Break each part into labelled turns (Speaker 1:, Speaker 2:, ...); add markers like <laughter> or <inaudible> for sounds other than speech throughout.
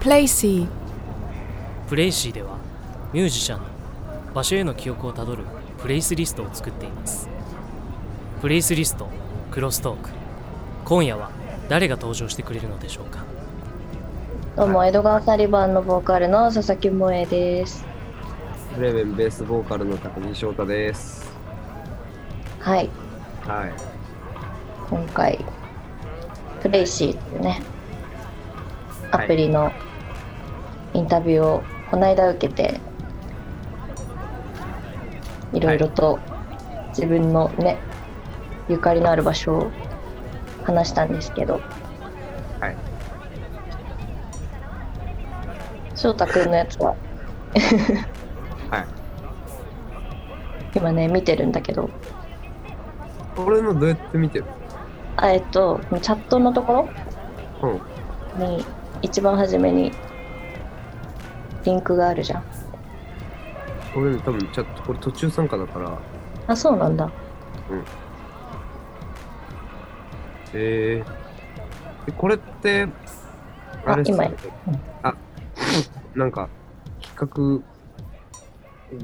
Speaker 1: Placy
Speaker 2: プレイシーではミュージシャンの場所への記憶をたどるプレイスリストを作っていますプレイスリストクロストーク今夜は誰が登場してくれるのでしょうか
Speaker 3: どうも、江戸川サリバンのボーカルの佐々木萌えです。
Speaker 4: ブレーメンベースボーカルの高木翔太です。
Speaker 3: はい、
Speaker 4: はい。
Speaker 3: 今回、プレイシーっていうね、アプリのインタビューをこの間受けて、いろいろと自分のね、ゆかりのある場所を話したんですけど、
Speaker 4: はい。
Speaker 3: 翔太くんのやつは
Speaker 4: はい。
Speaker 3: 今ね、見てるんだけど、
Speaker 4: 俺のどうやって見てる
Speaker 3: あえっと、チャットのところ
Speaker 4: うん。
Speaker 3: に一番初めにリンクがあるじゃん
Speaker 4: 俺ね、多分ちょっと、これ途中参加だから。
Speaker 3: あそうなんだ
Speaker 4: うん。えー。でこれって、
Speaker 3: あ
Speaker 4: あれっす
Speaker 3: 今
Speaker 4: ね
Speaker 3: や
Speaker 4: あ、なんか、企画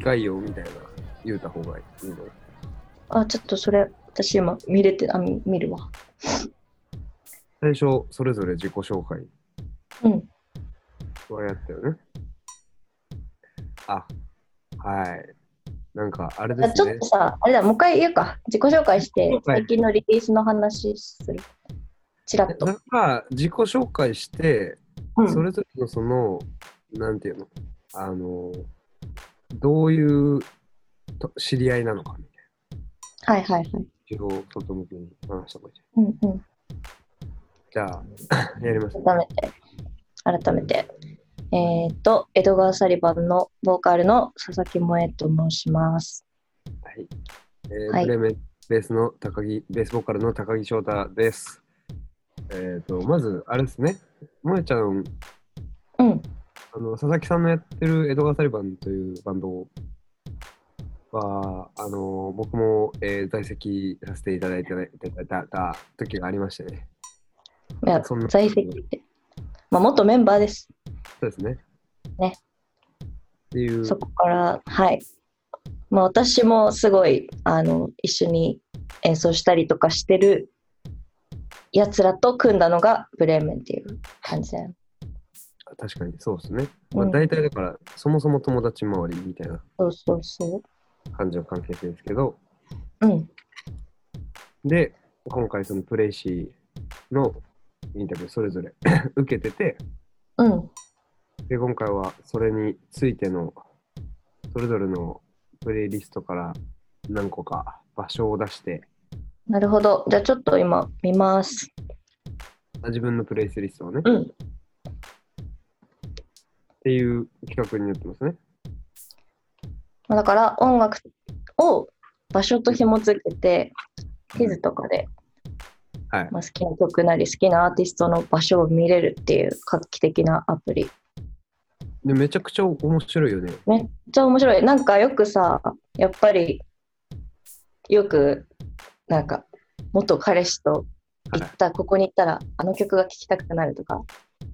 Speaker 4: 概要みたいな、言うた方がいいの
Speaker 3: あちょっとそれ私今見れてあみ見るわ
Speaker 4: 最初、それぞれ自己紹介
Speaker 3: うん
Speaker 4: はやったよね。あ、はい。なんか、あれで
Speaker 3: あち
Speaker 4: す
Speaker 3: ょっ
Speaker 4: ね
Speaker 3: と。さあれだもう一回言うか自己紹介して
Speaker 4: い
Speaker 3: 最近のリリースの話するちらっと
Speaker 4: だから自己紹介して、
Speaker 3: うん
Speaker 4: それぞれのその、なんていうの、あの、どういうと知り合いなのかみたい
Speaker 3: はいはいはい
Speaker 4: な、一応外向けに話した方がいいじ
Speaker 3: うんうん
Speaker 4: ゃん。じゃあ、やりますね。
Speaker 3: 改めて改めてえっ、と江戸川サリバンのボーカルの佐々木萌と申します
Speaker 4: はい。えー
Speaker 3: はい
Speaker 4: ブレメンベースの高木、ベースボーカルの高木翔太です。えっ、と、まず、あれですね、萌ちゃん、
Speaker 3: うん
Speaker 4: あの佐々木さんのやってる江戸川サリバンというバンドは、あの僕も、えー在籍させていただいていただいた時がありましてね。
Speaker 3: いや
Speaker 4: そんな
Speaker 3: 在籍って、まあ、元メンバーです
Speaker 4: そうですね。
Speaker 3: ね
Speaker 4: っていう、
Speaker 3: そこから、はい。まあ、私もすごいあの一緒に演奏したりとかしてるやつらと組んだのがブレーメンっていう感じだよ。
Speaker 4: 確かにそうですね。ま
Speaker 3: う
Speaker 4: あ、
Speaker 3: ん
Speaker 4: 大体だから、そもそも友達周りみたいな
Speaker 3: そうそうそ
Speaker 4: 感じの関係性ですけど、
Speaker 3: う。うん。
Speaker 4: で、今回そのプレイシーのインタビューそれぞ <laughs> れ受けてて、
Speaker 3: うん。
Speaker 4: で、今回はそれについての、それぞれのプレイリストから何個か場所を出して、
Speaker 3: なるほど。じゃあちょっと今見ます。
Speaker 4: あ自分のプレイスリストをね、っ
Speaker 3: うん。
Speaker 4: ていう企画になってますね。
Speaker 3: まあだから音楽を場所と紐付けて地図とかで、
Speaker 4: はい。
Speaker 3: まあ、好きな曲なり好きなアーティストの場所を見れるっていう画期的なアプリ。
Speaker 4: で、めちゃくちゃ面白いよね。
Speaker 3: めっちゃ面白い。なんかよくさ、やっぱり、よく、なんか、元彼氏と行った、ここに行ったら、あの曲が聴きたくなるとか、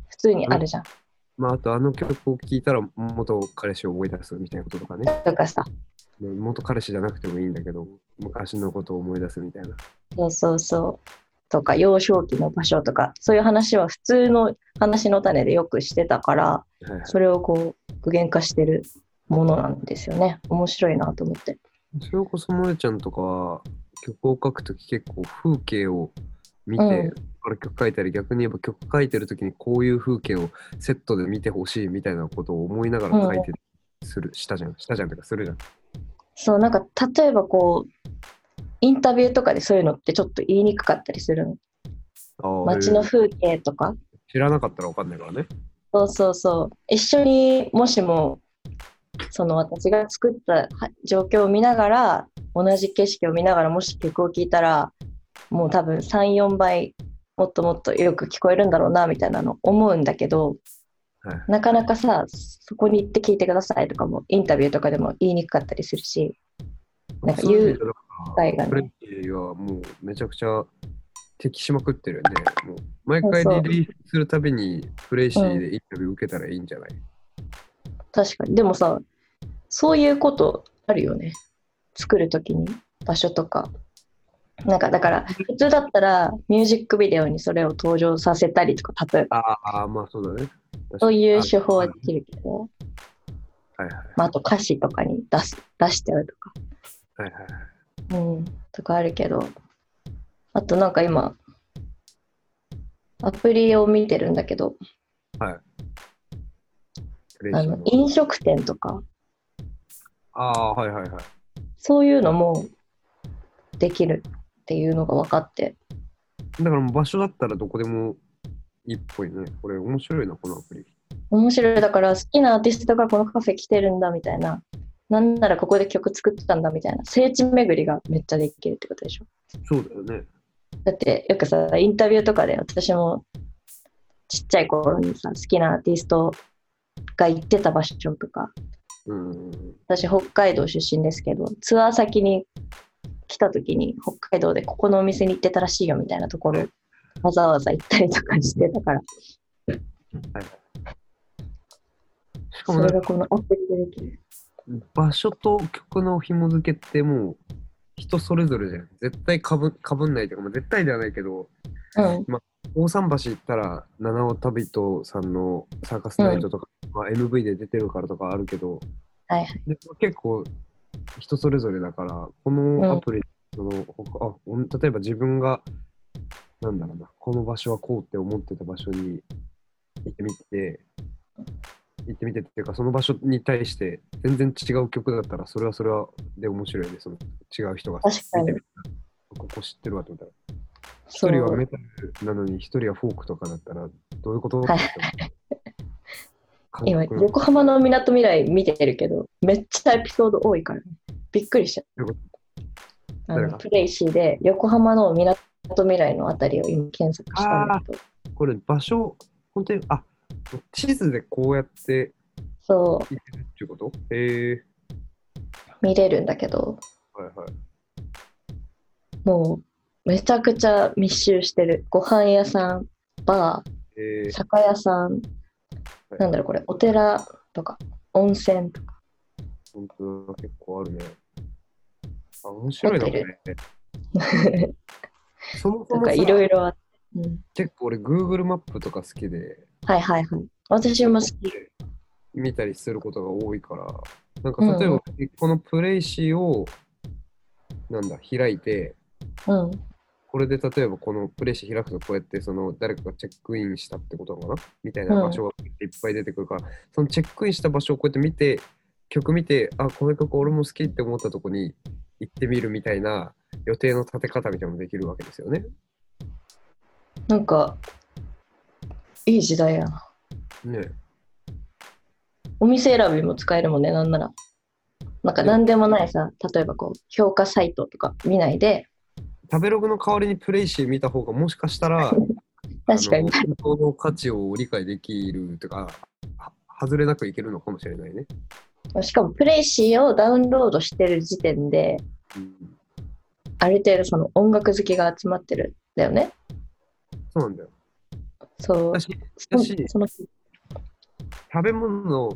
Speaker 3: 普通にあるじゃん。
Speaker 4: まあ、あとあの曲を聴いたら元彼氏を思い出すみたいなこととかね。
Speaker 3: とかさ、
Speaker 4: 元彼氏じゃなくてもいいんだけど、昔のことを思い出すみたいな。
Speaker 3: そうそうそう。とか、幼少期の場所とか、そういう話は普通の話の種でよくしてたから、
Speaker 4: はいはい、
Speaker 3: それをこう、具現化してるものなんですよね。面白いなと思って。
Speaker 4: それこそ萌ちゃんとかは曲を書くとき結構風景を見て、
Speaker 3: うん
Speaker 4: これ曲書いたり逆に言えば曲書いてるときにこういう風景をセットで見てほしいみたいなことを思いながら書いてする、したじゃんしたじゃんとかするじゃん
Speaker 3: そう、なんか、例えばこう、インタビューとかでそういうのってちょっと言いにくかったりするの。
Speaker 4: あー
Speaker 3: 街の風景とか、
Speaker 4: 知らなかったらわかんないからね
Speaker 3: そうそうそう一緒にもしもその私が作ったは状況を見ながら同じ景色を見ながらもし曲を聴いたらもう多分34倍もっともっとよく聞こえるんだろうなみたいなの思うんだけど、
Speaker 4: はい
Speaker 3: なかなかさそこに行って聞いてくださいとかもインタビューとかでも言いにくかったりするしなんか
Speaker 4: そういう意味でだ
Speaker 3: 機会が
Speaker 4: から
Speaker 3: ね
Speaker 4: プレイはもうめちゃくちゃ適しまくってるよね。もう毎回
Speaker 3: そうそう
Speaker 4: リリースするたびにフレイシーでインタビュー受けたらいいんじゃない、
Speaker 3: 確かに。でもさ、そういうことあるよね。作るときに、場所とか。なんかだから、普通だったらミュージックビデオにそれを登場させたりとか、例えば、
Speaker 4: ああ、まあそうだね。
Speaker 3: そういう手法は
Speaker 4: は
Speaker 3: いできるけど、
Speaker 4: はい
Speaker 3: まあ、あと歌詞とかに出す出しちゃうとか、
Speaker 4: はいはい。
Speaker 3: うん、とかあるけど、あとなんか今、アプリを見てるんだけど、
Speaker 4: フレイシ
Speaker 3: あ
Speaker 4: ー
Speaker 3: の
Speaker 4: の
Speaker 3: 飲食店とか、
Speaker 4: ああー、はいはいはい。
Speaker 3: そういうのもできるっていうのが分かって、
Speaker 4: だからもう場所だったらどこでもいいっぽいね。これ面白いな、このアプリ。
Speaker 3: 面白い。だから好きなアーティストがこのカフェ来てるんだみたいな、なんならここで曲作ってたんだみたいな、聖地巡りがめっちゃできるってことでしょ。
Speaker 4: そうだよね。
Speaker 3: だってよくさ、インタビューとかで私もちっちゃい頃にさ、好きなアーティストが行ってた場所とか、
Speaker 4: うんうんうん。
Speaker 3: 私北海道出身ですけど、ツアー先に来た時に北海道でここのお店に行ってたらしいよみたいなところ、わざわざ行ったりとかしてたから、
Speaker 4: し
Speaker 3: そ
Speaker 4: かも
Speaker 3: れ
Speaker 4: なん
Speaker 3: が
Speaker 4: か
Speaker 3: このアプリでできる。
Speaker 4: 場所と曲の紐付けってもう人それぞれじゃん。絶対かぶかぶんないというか、まあ、絶対ではないけど、
Speaker 3: うん。
Speaker 4: 大桟橋行ったら七尾旅人さんのサーカスナイトとか、まあ、MV で出てるからとかあるけど、
Speaker 3: はいはい。
Speaker 4: でも結構人それぞれだからこのアプリ、その他あおん例えば自分がなんだろうなこの場所はこうって思ってた場所に行ってみて行ってみてっていうかその場所に対して全然違う曲だったらそれはそれはで面白いねその違う人が
Speaker 3: 確かに
Speaker 4: 見てみたらここ知ってるわって思ったら
Speaker 3: そ
Speaker 4: 一人は
Speaker 3: う
Speaker 4: メタルなのに一人はフォークとかだったらどういうこと
Speaker 3: はい今、
Speaker 4: 韓国の
Speaker 3: 横浜のみなとみらい見てるけど、めっちゃエピソード多いから、ね、びっくりしちゃ
Speaker 4: どういう
Speaker 3: う
Speaker 4: こ。
Speaker 3: あ
Speaker 4: 誰が
Speaker 3: のプレイシーで横浜のみなとみらいのあたりを今検索したんだけど、
Speaker 4: これ場所、本当に、あ地図でこうやって
Speaker 3: そ
Speaker 4: 行けるっていうことへえ
Speaker 3: う、見れるんだけど、
Speaker 4: はいはい。
Speaker 3: もうめちゃくちゃ密集してる。ご飯屋さん、バ
Speaker 4: え
Speaker 3: ー、
Speaker 4: ー、
Speaker 3: 酒屋さん、
Speaker 4: はい
Speaker 3: なんだろうこれ、お寺とか、温泉
Speaker 4: <laughs>
Speaker 3: とか。
Speaker 4: 本当だ、結構あるね。あ、面白いな、
Speaker 3: ホ
Speaker 4: こ
Speaker 3: テ
Speaker 4: れ
Speaker 3: ル。
Speaker 4: そもそ
Speaker 3: なん
Speaker 4: も
Speaker 3: か
Speaker 4: さ
Speaker 3: いろいろあって。うん
Speaker 4: 結構俺、Google マップとか好きで、
Speaker 3: はいはいはい。私も好き。
Speaker 4: 見たりすることが多いから、なんか例えば、このプレイシーを、なんだ、開いて、
Speaker 3: うん。
Speaker 4: これで例えばこのプレイシー開くとこうやってその誰かがチェックインしたってことなのかなみたいな場所がいっぱい出てくるから、そのチェックインした場所をこうやって見て曲見てあこの曲俺も好きって思ったとこに行ってみるみたいな予定の立て方みたいなのもできるわけですよね。
Speaker 3: なんか、いい時代やな。
Speaker 4: ね
Speaker 3: お店選びも使えるもんね、なんなら。なんか何でもないさ、例えばこう、評価サイトとか見ないで、
Speaker 4: 食べログの代わりにプレイシー見た方がもしかしたら
Speaker 3: <laughs> 確かに
Speaker 4: あの本当の価値を理解できるとかは外れなくいけるのかもしれないね。
Speaker 3: しかもプレイシーをダウンロードしてる時点で、
Speaker 4: うん、
Speaker 3: ある程度その音楽好きが集まってるんだよね。
Speaker 4: そうなんだよ。
Speaker 3: そう。
Speaker 4: 私
Speaker 3: そ
Speaker 4: だし
Speaker 3: その
Speaker 4: 食べ物の、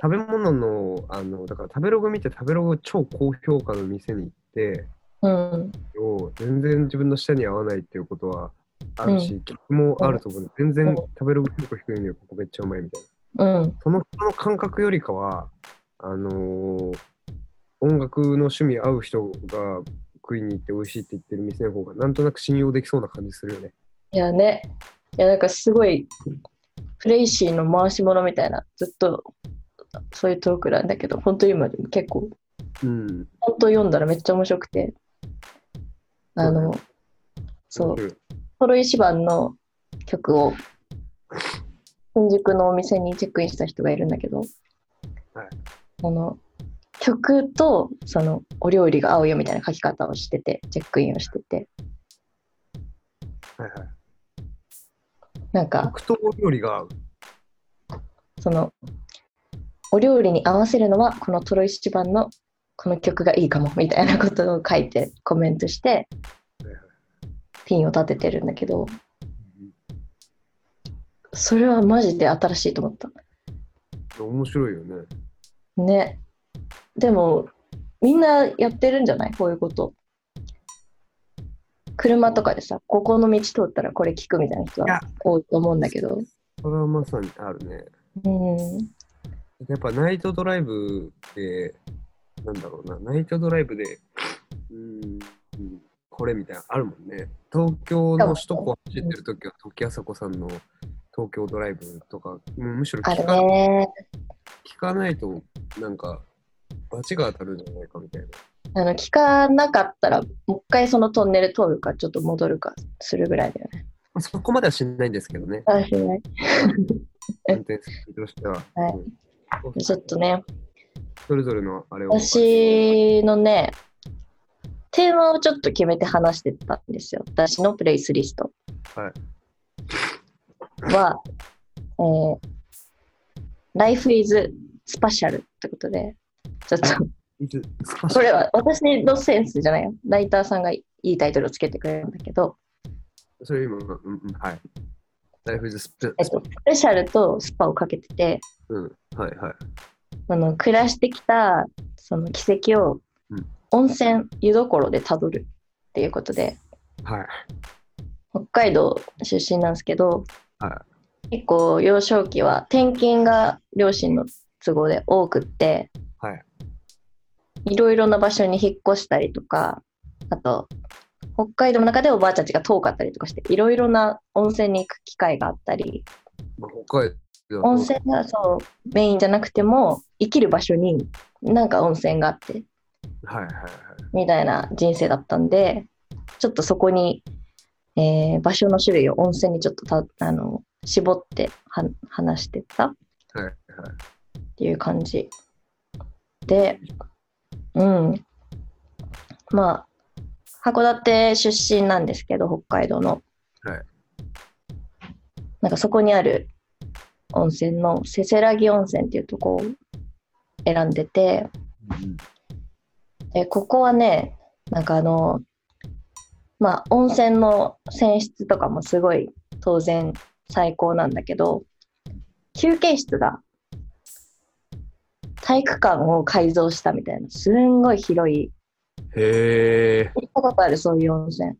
Speaker 4: 食べ物の、あの、だから食べログ見て食べログ超高評価の店に行って、
Speaker 3: うん、
Speaker 4: を全然自分の舌に合わないっていうことはあるし、
Speaker 3: う
Speaker 4: 客もあると思うんで、全
Speaker 3: う
Speaker 4: 然
Speaker 3: ん
Speaker 4: 食べログ評価低いんだよ、ここめっちゃうまいみたいな。
Speaker 3: うん、
Speaker 4: その人の感覚よりかは、あのー音楽の趣味合う人が食いに行って美味しいって言ってる店の方が、なんとなく信用できそうな感じするよね。
Speaker 3: いやね、いやなんかすごい、プレイシーの回し物みたいな、ずっとそういうトークなんだけど、本当今でも結構
Speaker 4: うん。
Speaker 3: 本当読んだらめっちゃ面白くて、あの、そう、トイ一番の曲を、新宿のお店にチェックインした人がいるんだけど、
Speaker 4: はい
Speaker 3: あの、曲と、その、お料理が合うよみたいな書き方をしてて、チェックインをしてて、
Speaker 4: はいはい。
Speaker 3: なんか、
Speaker 4: 黒糖料理が合う。
Speaker 3: その、お料理に合わせるのは、このトロイ一番のこの曲がいいかも、みたいなことを書いてコメントして、ピンを立ててるんだけど、それはマジで新しいと思った。
Speaker 4: 面白いよね。
Speaker 3: ね。でも、みんなやってるんじゃないこういうこと。車とかでさ、ここの道通ったらこれ聞くみたいな人
Speaker 4: いや
Speaker 3: は多いと思うんだけど。
Speaker 4: それはまさにあるね。
Speaker 3: うん。
Speaker 4: やっぱナイトドライブって、なんだろうな、ナイトドライブで、うーん、うんこれみたいなのあるもんね。東京の首都高走ってる時は、時あさこさんの東京ドライブとか、むむしろ
Speaker 3: あ
Speaker 4: 聞
Speaker 3: る
Speaker 4: か,、
Speaker 3: ね。
Speaker 4: 聞かないと、なんか、罰が当たるんじゃないかみたいな。
Speaker 3: あの、聞かなかったら、もう一回そのトンネル通るか、ちょっと戻るかするぐらいだよね。
Speaker 4: まあそこまではしないんですけどね、
Speaker 3: あ、しない。え
Speaker 4: 運転するとしては。
Speaker 3: はい
Speaker 4: うん
Speaker 3: ちょっとね、
Speaker 4: それぞれのあれを。
Speaker 3: 私のね、テーマをちょっと決めて話してたんですよ。私のプレイスリスト
Speaker 4: は
Speaker 3: は、えー、Life is Special ってことで、ちょっと、
Speaker 4: いつ少し
Speaker 3: これは私のセンスじゃないよ。ライターさんがいいタイトルをつけてくれるんだけど、
Speaker 4: それ今、うんうん、はい。ライフイズスペ
Speaker 3: えっと、スペシャルとスパをかけてて、
Speaker 4: うん、はいはい。
Speaker 3: その暮らしてきたその奇跡を
Speaker 4: うん
Speaker 3: 温泉湯どころでたどるっていうことで、
Speaker 4: はい。
Speaker 3: 北海道出身なんですけど、
Speaker 4: は
Speaker 3: 結構幼少期は転勤が両親の都合で多くって
Speaker 4: はい。
Speaker 3: いろいろな場所に引っ越したりとかあと北海道の中でおばあちゃんちが遠かったりとかしていろいろな温泉に行く機会があったり
Speaker 4: まあ、北海道
Speaker 3: 温泉がそうメインじゃなくても生きる場所になんか温泉があって
Speaker 4: はいはいはい。
Speaker 3: みたいな人生だったんで、ちょっとそこに、えー場所の種類を温泉にちょっとたあの絞っては話してたっ
Speaker 4: はいはい。
Speaker 3: ていう感じで、うん。まあ、函館出身なんですけど、北海道の。
Speaker 4: はい
Speaker 3: なんかそこにある温泉のせせらぎ温泉っていうとこを選んでて、えここはねなんかあのまあ温泉の泉質とかもすごい当然最高なんだけど休憩室が体育館を改造したみたいなすんごい広い
Speaker 4: へ
Speaker 3: 行ったことあるそういう温泉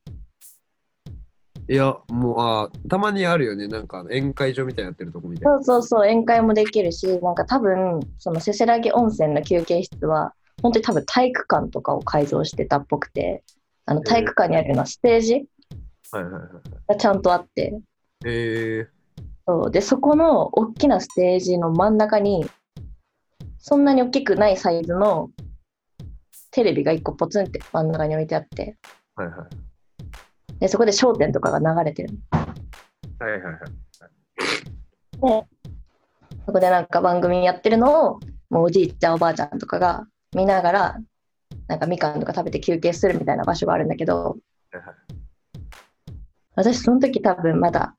Speaker 4: え。いや、もう、あーたまにあるよね。なんか、宴会場みたいになってるとこみたい
Speaker 3: そ
Speaker 4: な。
Speaker 3: うそうそう宴会もできるしなんか多分そのせせらぎ温泉の休憩室は本当に多分体育館とかを改造してたっぽくてあの体育館にあるようなステージ
Speaker 4: はいはいはい。
Speaker 3: がちゃんとあって
Speaker 4: へえ。
Speaker 3: そうでそこの大きなステージの真ん中にそんなに大きくないサイズのテレビが1個ポツンって真ん中に置いてあって
Speaker 4: はいはい。
Speaker 3: でそこで『笑点』とかが流れてる
Speaker 4: はいはいはい。
Speaker 3: そこでなんか番組やってるのをもうおじいちゃんおばあちゃんとかが見ながらなんかみかんとか食べて休憩するみたいな場所があるんだけど
Speaker 4: はいはい
Speaker 3: 私その時多分まだ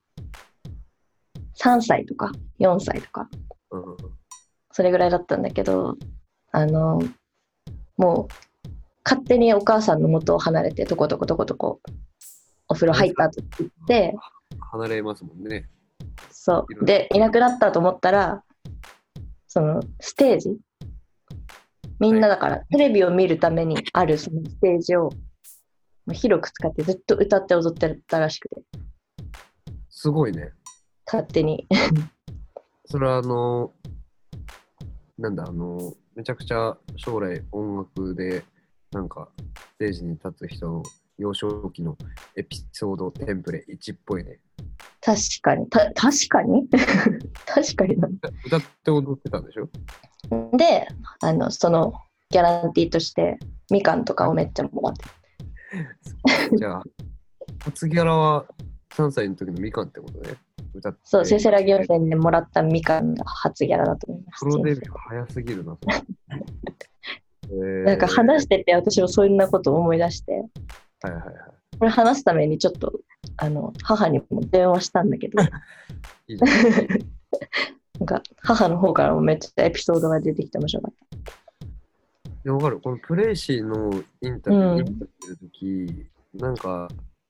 Speaker 3: 3歳とか4歳とか
Speaker 4: うんうんうん
Speaker 3: それぐらいだったんだけどあのもう勝手にお母さんの元を離れてとことことことこお風呂入ったと言って
Speaker 4: 離れますもんね。
Speaker 3: そうでいなくなったと思ったらそのステージみんなだからテレビを見るためにあるそのステージをもう広く使ってずっと歌って踊ってたらしくて
Speaker 4: すごいね。
Speaker 3: 勝手に
Speaker 4: それは、あのなんだ、あのめちゃくちゃ将来音楽で、なんか、ステージに立つ人の幼少期のエピソードテンプレ1っぽいね。
Speaker 3: 確かにた確かに <laughs> 確かにな
Speaker 4: 歌って踊ってたんでしょ
Speaker 3: であのそのギャランティーとしてみかんとかをめっちゃもらって
Speaker 4: <laughs> じゃあ、初ギャラは3歳の時のみかんってことね。歌って。
Speaker 3: そう、せせらぎ温泉でもらったみかんが初ギャラだと思います
Speaker 4: プ。ロデビュー早すぎるな。それ
Speaker 3: なんか話
Speaker 4: し
Speaker 3: してて、私もそんなことを思い出して、
Speaker 4: て。はいはいはい。
Speaker 3: これ話すためにちょっと、あの、母にも電話したんだけ
Speaker 4: <laughs>
Speaker 3: ど、
Speaker 4: いいじゃん。
Speaker 3: なんか、母の方からもめっちゃエピソードが出てきて面白かっ
Speaker 4: でわかる。このプレイシーのインタビュー
Speaker 3: うん
Speaker 4: インタビューの時、なんか、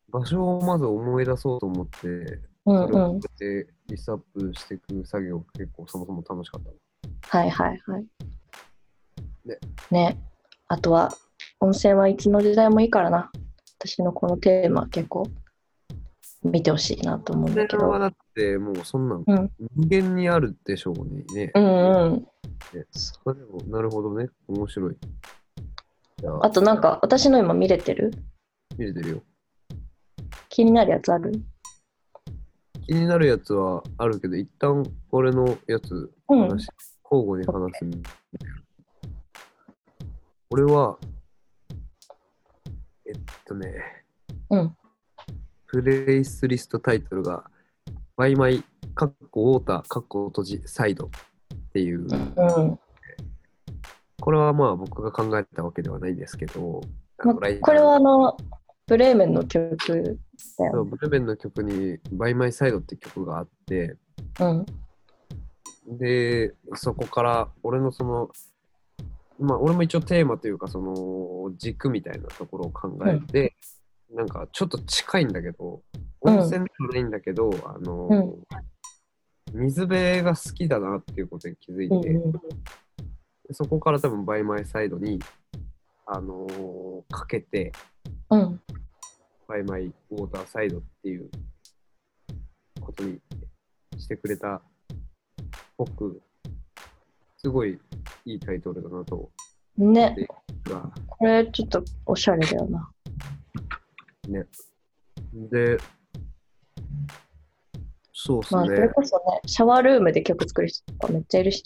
Speaker 4: 場所をまず思い出そうと思って、
Speaker 3: うん
Speaker 4: それを
Speaker 3: う
Speaker 4: こ
Speaker 3: ん。
Speaker 4: うやってリストアップしていく作業が結構そもそも楽しかったな。
Speaker 3: はいはいはい。
Speaker 4: ね
Speaker 3: ね。あとは、温泉はいつの時代もいいからな。私のこのテーマ結構見てほしいなと思うんだけ
Speaker 4: それは
Speaker 3: ど。
Speaker 4: だってもうそんなん
Speaker 3: うん
Speaker 4: 人間にあるでしょうね。
Speaker 3: うんうん。
Speaker 4: ねそれでもなるほどね。面白い。じゃあ
Speaker 3: あとなんか、私の今見れてる
Speaker 4: 見れてるよ。
Speaker 3: 気になるやつある
Speaker 4: 気になるやつはあるけど、一旦これのやつ
Speaker 3: うん
Speaker 4: 話、交互に話すみたいな。俺は、えっとね、
Speaker 3: うん。
Speaker 4: プレイスリストタイトルが、バイマイ、カッコウォーター、カッコ閉じ、サイドってい
Speaker 3: う
Speaker 4: う、
Speaker 3: ん。
Speaker 4: これはまあ僕が考えたわけではないんですけど、
Speaker 3: ま
Speaker 4: あのライター
Speaker 3: これはあの、ブレーメンの曲だ
Speaker 4: そう
Speaker 3: よ。
Speaker 4: ブルーベンの曲に、バイマイサイドって曲があって、
Speaker 3: うん。
Speaker 4: で、そこから、俺のその、まあ、俺も一応テーマというか、その、軸みたいなところを考えて、なんか、ちょっと近いんだけど、
Speaker 3: うん
Speaker 4: 温泉でもないんだけど、あの、
Speaker 3: うん
Speaker 4: 水辺が好きだなっていうことに気づいて、
Speaker 3: うんうん
Speaker 4: そこから多分、バイマイサイドに、あのかけて、
Speaker 3: うん。
Speaker 4: バイマイウォーターサイドっていうことにしてくれた僕すごいいいタイトルだなと
Speaker 3: ね、
Speaker 4: が
Speaker 3: これちょっとおしゃれだよな。
Speaker 4: ねでそうっす
Speaker 3: まあ、それ
Speaker 4: ね
Speaker 3: こそね、シャワールームで曲作る人とかめっちゃいるし、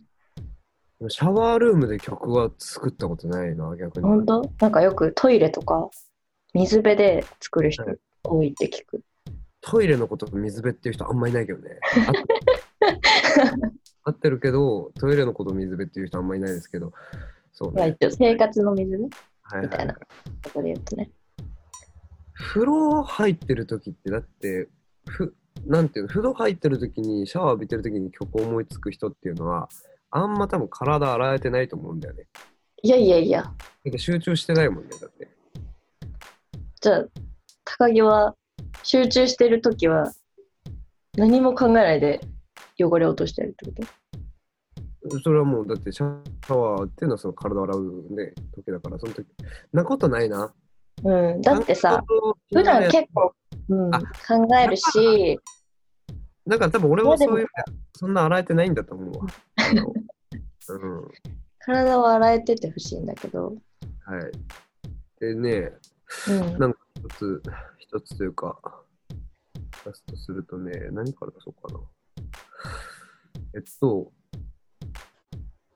Speaker 4: シャワールームで曲は作ったことないな逆に
Speaker 3: 本当なんかよくトイレとか水辺で作る人
Speaker 4: はい
Speaker 3: 多いって聞く。
Speaker 4: トイレのこと水辺っていう人あんまいないけどね合って
Speaker 3: <laughs>
Speaker 4: 合ってるけどトイレのこと水辺っていう人あんまいないですけどそう
Speaker 3: まあ
Speaker 4: ね
Speaker 3: 一応生活の水ね、
Speaker 4: はいはい
Speaker 3: みたいなここで言うとね。
Speaker 4: 風呂入ってる時ってだってふなんていうの風呂入ってる時にシャワー浴びてる時に曲思いつく人っていうのはあんま多分体洗えてないと思うんだよね。
Speaker 3: いやいやいや、
Speaker 4: だって集中してないもんねだって。
Speaker 3: じゃあ、高木は集中してるときは何も考えないで汚れを落としてるってこと
Speaker 4: それはもうだってシャワーっていうのはその体を洗うね時だからその時なことないな。
Speaker 3: うん、だってさ、普段
Speaker 4: なんか
Speaker 3: 結構、うん、
Speaker 4: あ
Speaker 3: 考えるし、
Speaker 4: だから多分俺もそういうそんな洗えてないんだと
Speaker 3: <laughs>
Speaker 4: 思うわ。あのうん
Speaker 3: 体を洗えててほしいんだけど、
Speaker 4: はい。でね
Speaker 3: うん、
Speaker 4: なんか一つ、一つというか、出すとするとね、何から出そうかな。えっと、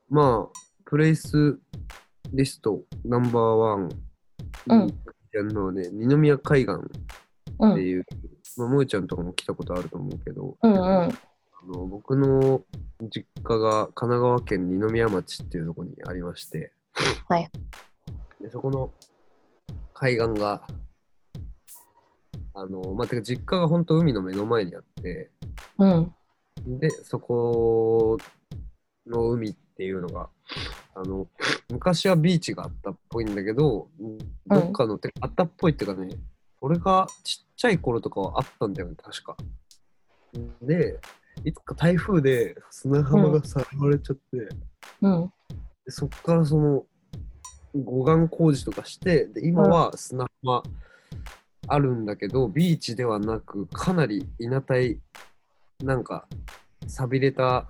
Speaker 4: まあ、プレイスリストナンバーワン
Speaker 3: うん
Speaker 4: にやるのはね、二宮海岸
Speaker 3: う
Speaker 4: って
Speaker 3: ん、
Speaker 4: いう、まあ、萌ちゃんとかも来たことあると思うけど、
Speaker 3: うん、うん、
Speaker 4: あの僕の実家が神奈川県二宮町っていうところにありまして、
Speaker 3: はい
Speaker 4: でそこの海岸が、あの、まあ、てか実家が本当海の目の前にあって、
Speaker 3: うん、
Speaker 4: で、そこの海っていうのが、あの、昔はビーチがあったっぽいんだけど、どっかの、てかあったっぽいっていうかね、俺がちっちゃい頃とかはあったんだよね、確か。で、いつか台風で砂浜がさらわれちゃって、で
Speaker 3: うん、
Speaker 4: そっからその、護岸工事とかして、で、今は砂浜あるんだけど、ビーチではなく、かなり稲体、なんか、錆びれた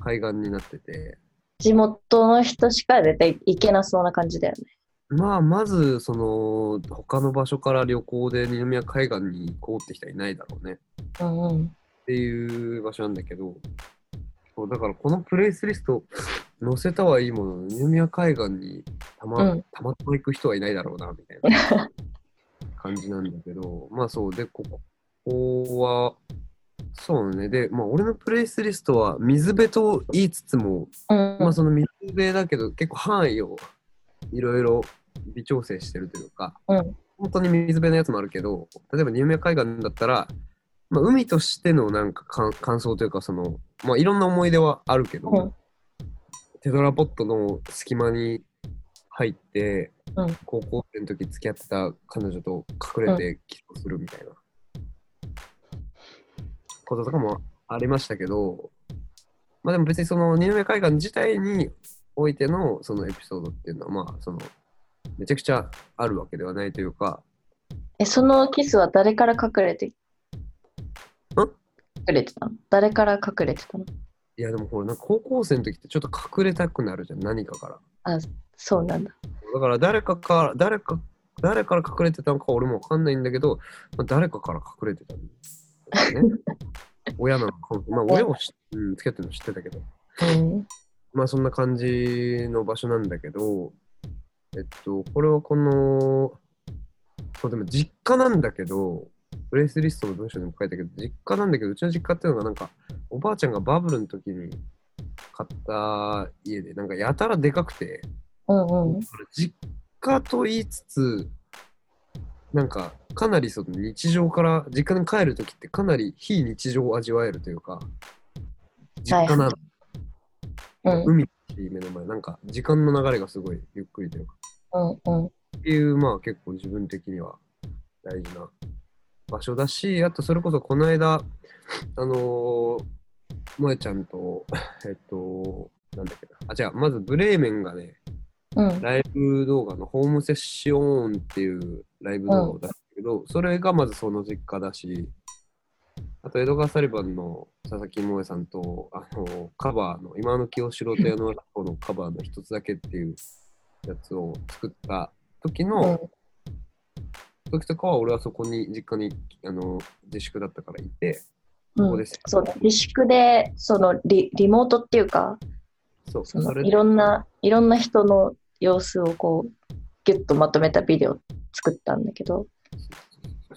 Speaker 4: 海岸になってて、
Speaker 3: 地元の人しか絶対行けなそうな感じだよね。
Speaker 4: まあ、まず、その、他の場所から旅行で二宮海岸に行こうって人はいないだろうね。
Speaker 3: うん、うん、
Speaker 4: っていう場所なんだけど、そうだからこのプレイスリスト載せたはいいものの、二宮海岸にたま,、
Speaker 3: うん
Speaker 4: たまたま行く人はいないだろうな、みたいな
Speaker 3: <laughs>
Speaker 4: 感じなんだけど、まあそう、で、ここここは、そうね、で、まあ俺のプレイスリストは水辺と言いつつも、
Speaker 3: うん、
Speaker 4: まあその水辺だけど結構範囲をいろいろ微調整してるというか、
Speaker 3: うん
Speaker 4: 本当に水辺のやつもあるけど例えば二宮海岸だったら、まあ、海としてのなんか感感想というかその、まあ、いろんな思い出はあるけど、
Speaker 3: うん
Speaker 4: テトラポットの隙間に入って、
Speaker 3: うん
Speaker 4: 高校生の時付き合ってた彼女と隠れてキスをするみたいなこととかもありましたけど、まあでも別にその二宮海岸自体においてのそのエピソードっていうのは、まあその、めちゃくちゃあるわけではないというか、
Speaker 3: え、そのキスは誰から隠れて隠れてたの誰から隠れてたの
Speaker 4: いやでもほら、なんか高校生の時ってちょっと隠れたくなるじゃん、何かから。
Speaker 3: そうなんだ。
Speaker 4: だから誰かから、誰か、誰から隠れてたのか俺もわかんないんだけど、まあ、誰かから隠れてたんだよね。親なのかも、まあ親を知、うん、つけてるの知ってたけど、
Speaker 3: うん。
Speaker 4: まあそんな感じの場所なんだけど、えっと、これはこの、そうでも実家なんだけど、プレイスリストの文章でも書いたけど、実家なんだけど、うちの実家っていうのがなんか、おばあちゃんがバブルの時に買った家で、なんかやたらでかくて、
Speaker 3: うんうん。
Speaker 4: 実家と言いつつ、なんか、かなりその日常から、実家に帰るときってかなり非日常を味わえるというか、実家なの、
Speaker 3: うん
Speaker 4: 海っていう目の前、なんか時間の流れがすごいゆっくりというか、
Speaker 3: うんうん。
Speaker 4: っていう、まあ結構自分的には大事な場所だし、あとそれこそこの間、あのー、萌ちゃんと、 <laughs> えっと、なんだっけな、あ、じゃあまずブレーメンがね、
Speaker 3: うん。
Speaker 4: ライブ動画のホームセッションっていうライブ動画を出したけど、それがまずその実家だし、あと江戸川サリバンの佐々木萌さんと、あの、カバーの、今の清志郎と矢野楽子のカバーの一つだけっていうやつを作った時の、時とかは俺はそこに実家にあの自粛だったからいて、ここ
Speaker 3: う
Speaker 4: で
Speaker 3: ん
Speaker 4: す、
Speaker 3: そうだ自粛でそのリリモートっていうか
Speaker 4: そう、
Speaker 3: その
Speaker 4: れ
Speaker 3: いろんないろんな人の様子をこうギュッとまとめたビデオ作ったんだけど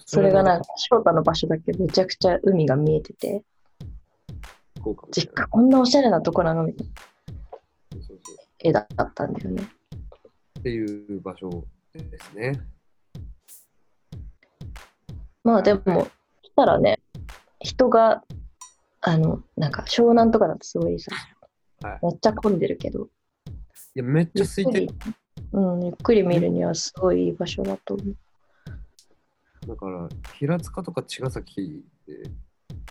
Speaker 3: それがなんか翔太の場所だけめちゃくちゃ海が見えてて
Speaker 4: 効果みたい
Speaker 3: 実
Speaker 4: な
Speaker 3: 家こんなおしゃれなとこなのみたいな
Speaker 4: そうそうそう
Speaker 3: 絵だったんだよね
Speaker 4: っていう場所ですね。
Speaker 3: まあでも来たらね人があのなんか湘南とかだとすごいさ、
Speaker 4: はい
Speaker 3: めっちゃ混んでるけど
Speaker 4: いや、めっちゃ空いてる。
Speaker 3: うん、ゆっくり見るにはすごいいい場所だと思う
Speaker 4: だから、平塚とか茅ヶ崎って、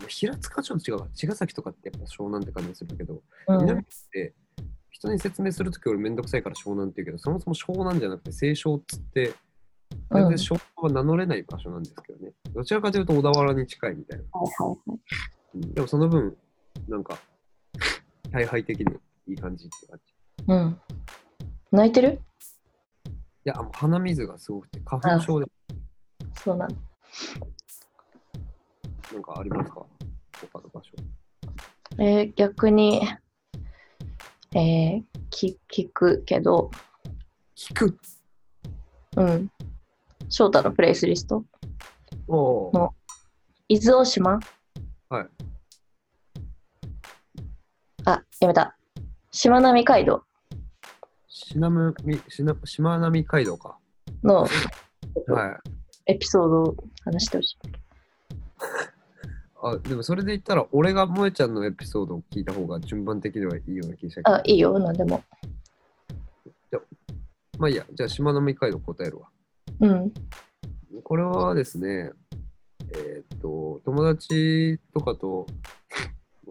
Speaker 4: 平塚はちょっと違うか、茅ヶ崎とかってやっぱ湘南って感じするけど、
Speaker 3: うん、
Speaker 4: 南って人に説明するとき俺めんどくさいから湘南って言うけど、そもそも湘南じゃなくて西湘っつって、
Speaker 3: うん
Speaker 4: 全然湘南は名乗れない場所なんですけどね。どちらかというと小田原に近いみたいな。
Speaker 3: はいはいはい
Speaker 4: うんでもその分、なんか、大敗的にいい感じって感じ。い
Speaker 3: うん。泣いてる
Speaker 4: や、もう鼻水がすごくて、花粉症で
Speaker 3: そうなの。
Speaker 4: なんかありますか他の場所。
Speaker 3: えー逆に、えーき聞くけど、
Speaker 4: 聞く
Speaker 3: うん。翔太のプレイスリスト。
Speaker 4: おー
Speaker 3: も伊豆大島
Speaker 4: はい。
Speaker 3: あ、やめた。しまなみ海道
Speaker 4: しなむみしなしまなみ海道か。
Speaker 3: の
Speaker 4: はい。
Speaker 3: エピソードを話してほしい。
Speaker 4: あでもそれで言ったら、俺が萌ちゃんのエピソードを聞いた方が順番的ではいいような気がしたけど。
Speaker 3: あ、いいよ、なんでも。
Speaker 4: まあいいや、じゃあしまなみ海道答えるわ。
Speaker 3: うん。
Speaker 4: これはですね、えーっと、友達とかと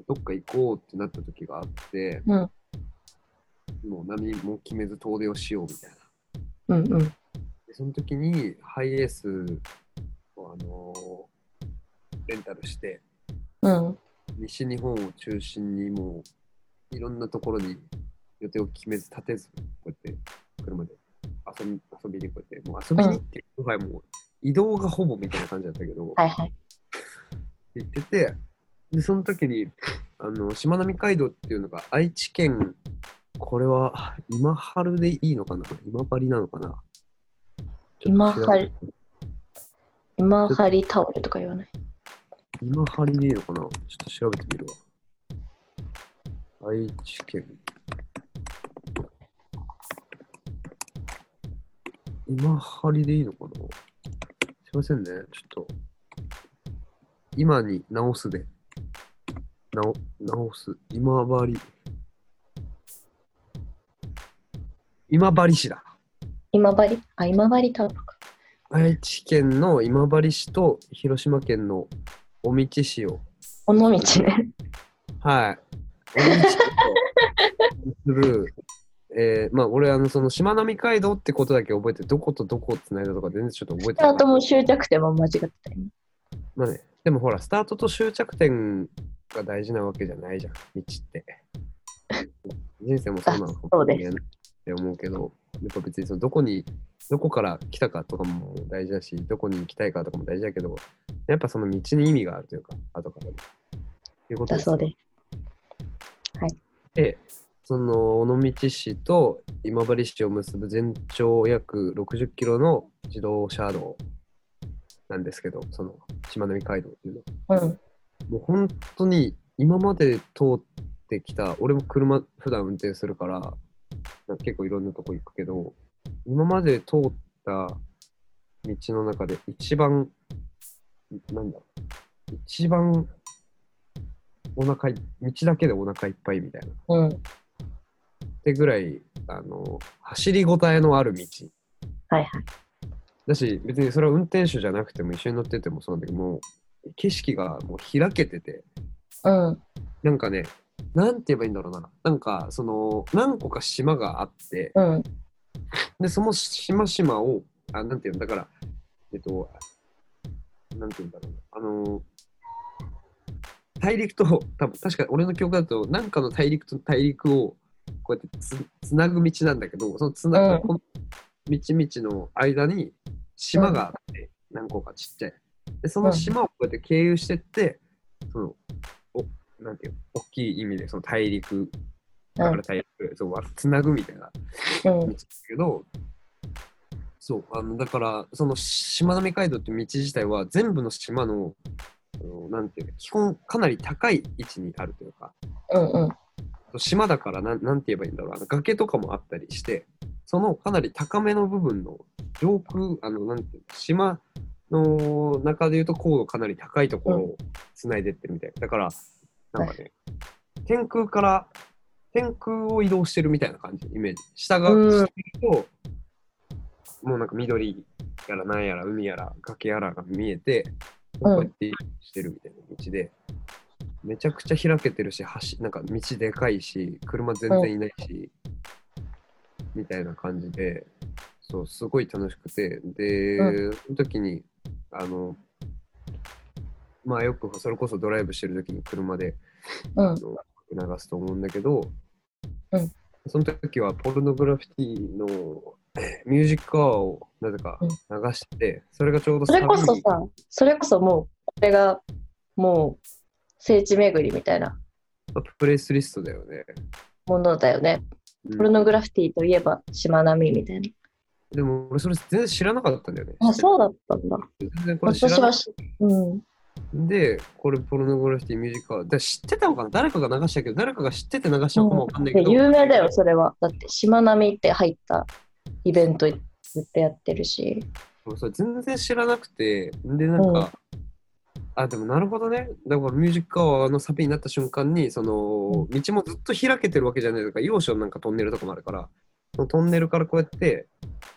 Speaker 4: どっか行こうってなった時があって、
Speaker 3: うん
Speaker 4: もう何も決めず遠出をしようみたいな。
Speaker 3: うんうん。
Speaker 4: でその時にハイエースを、あのーレンタルして、
Speaker 3: うん。
Speaker 4: 西日本を中心にもういろんなところに予定を決めず立てずこうやって車で遊び遊びにこうやってもう遊びにっていうぐらいもう移動がほぼみたいな感じだったけど、
Speaker 3: はいはい。
Speaker 4: 行っててでその時にあのしまなみ海道っていうのが愛知県これは今春でいいのかな今治なのかな
Speaker 3: 今治
Speaker 4: ちょっと違う
Speaker 3: 今張りタオルとか言わない。
Speaker 4: 今張りでいいのかなちょっと調べてみるわ。愛知県。今張りでいいのかなすいませんね。ちょっと。今に直すで。直、直す。今治。今治市だ。
Speaker 3: 今治あ、今治タウンか。
Speaker 4: 愛知県の今治市と広島県の尾道市を、
Speaker 3: 尾
Speaker 4: <laughs>
Speaker 3: 道ね。
Speaker 4: はい。尾道市と結ぶ、えー、まあ、俺、あの、その、しまなみ海道ってことだけ覚えて、どことどこをつないだとか全然ちょっと覚えて
Speaker 3: あ
Speaker 4: ない
Speaker 3: と。もう終着点も間違ってたよね。
Speaker 4: まあね、でもほら、スタートと終着点が大事なわけじゃないじゃん、道って。人生もそうなのか
Speaker 3: そう
Speaker 4: も
Speaker 3: で
Speaker 4: し
Speaker 3: す
Speaker 4: れないって思うけど、やっぱ別にそのどこに、どこから来たかとかも大事だし、どこに行きたいかとかも大事だけど、やっぱその道に意味があるというか、後からね。ということ
Speaker 3: だ
Speaker 4: です
Speaker 3: そうです。
Speaker 4: で、その尾道市と今治市を結ぶ全長約60キロの自動車道なんですけど、そのしまなみ海道っていうのは
Speaker 3: うん。
Speaker 4: もう本当に今まで通ってきた、俺も車普段運転するから、なんか結構いろんなとこ行くけど、今まで通った道の中で一番、なんだろう、一番お腹い、道だけでお腹いっぱいみたいな。っ
Speaker 3: うん。
Speaker 4: てぐらい、あの、走りごたえのある道。
Speaker 3: はいはい。
Speaker 4: だし、別にそれは運転手じゃなくても一緒に乗っててもそうなんだけど、もう景色がもう開けてて、
Speaker 3: うん。
Speaker 4: なんかね、なんて言えばいいんだろうな。なんか、その、何個か島があって、
Speaker 3: うん。
Speaker 4: で、その島々を、あ、なんて言うんだから、えっと、なんて言うんだろうな。あの大陸と、多分確か俺の記憶だと、なんかの大陸と大陸を、こうやってつつなぐ道なんだけど、そのつなぐ、
Speaker 3: うん
Speaker 4: この道々の間に島があって、何個かちっちゃい。で、その島をこうやって経由してって、その、お、なんていうの、大きい意味で、その大陸、だから大陸、そう、つなぐみたいな。
Speaker 3: うん。
Speaker 4: 道だけど、そう、あのだから、そのしまなみ海道って道自体は、全部の島の、あのなんていうの、基本、かなり高い位置にあるというか、
Speaker 3: うん。うん。
Speaker 4: 島だからなん、なんて言えばいいんだろう、あの崖とかもあったりして、そのかなり高めの部分の上空、あの、なんていうの、島の中でいうと、高度かなり高いところをつないでってみたいな。だから、なんかね、天空から、天空を移動してるみたいな感じ、イメージ。下が、
Speaker 3: うん
Speaker 4: と、もうなんか緑やらなんやら海やら崖やらが見えて、
Speaker 3: うん
Speaker 4: こうやってしてるみたいな道で、めちゃくちゃ開けてるし、橋、なんか道でかいし、車全然いないし、みたいな感じで、そう、すごい楽しくて、で、その時に、あの、まあよくそれこそドライブしてる時に車で
Speaker 3: うん。
Speaker 4: 流すと思うんだけど、
Speaker 3: うん
Speaker 4: その時はポルノグラフィティの <laughs> えーミュージックアワーをなぜか
Speaker 3: うん
Speaker 4: 流して、それがちょうど
Speaker 3: それこそ
Speaker 4: サビ
Speaker 3: さ、それこそもう、これがもう聖地巡りみたいな
Speaker 4: プレイスリストだよね。
Speaker 3: ものだよね。
Speaker 4: うん
Speaker 3: ポルノグラフィティといえばしまなみみたいな。
Speaker 4: でも俺それ全然知らなかったんだよね。
Speaker 3: あ、そうだったんだ。
Speaker 4: 全然これ知ら
Speaker 3: 私
Speaker 4: な
Speaker 3: は
Speaker 4: く
Speaker 3: し、うん。
Speaker 4: で、これポルノグラフィティミュージックアワー。で知ってたのかな誰かが流したけど、誰かが知ってて流したのかもわかんないけど。
Speaker 3: 有名だよ、それは。だって、しまなみって入ったイベントずっとやってるし。
Speaker 4: そうそれ全然知らなくて、で、なんか、あ、でもなるほどね。だからミュージックアワーのサビになった瞬間に、その、道もずっと開けてるわけじゃないとか、要所なんかトンネルとかもあるから、そのトンネルからこうやって、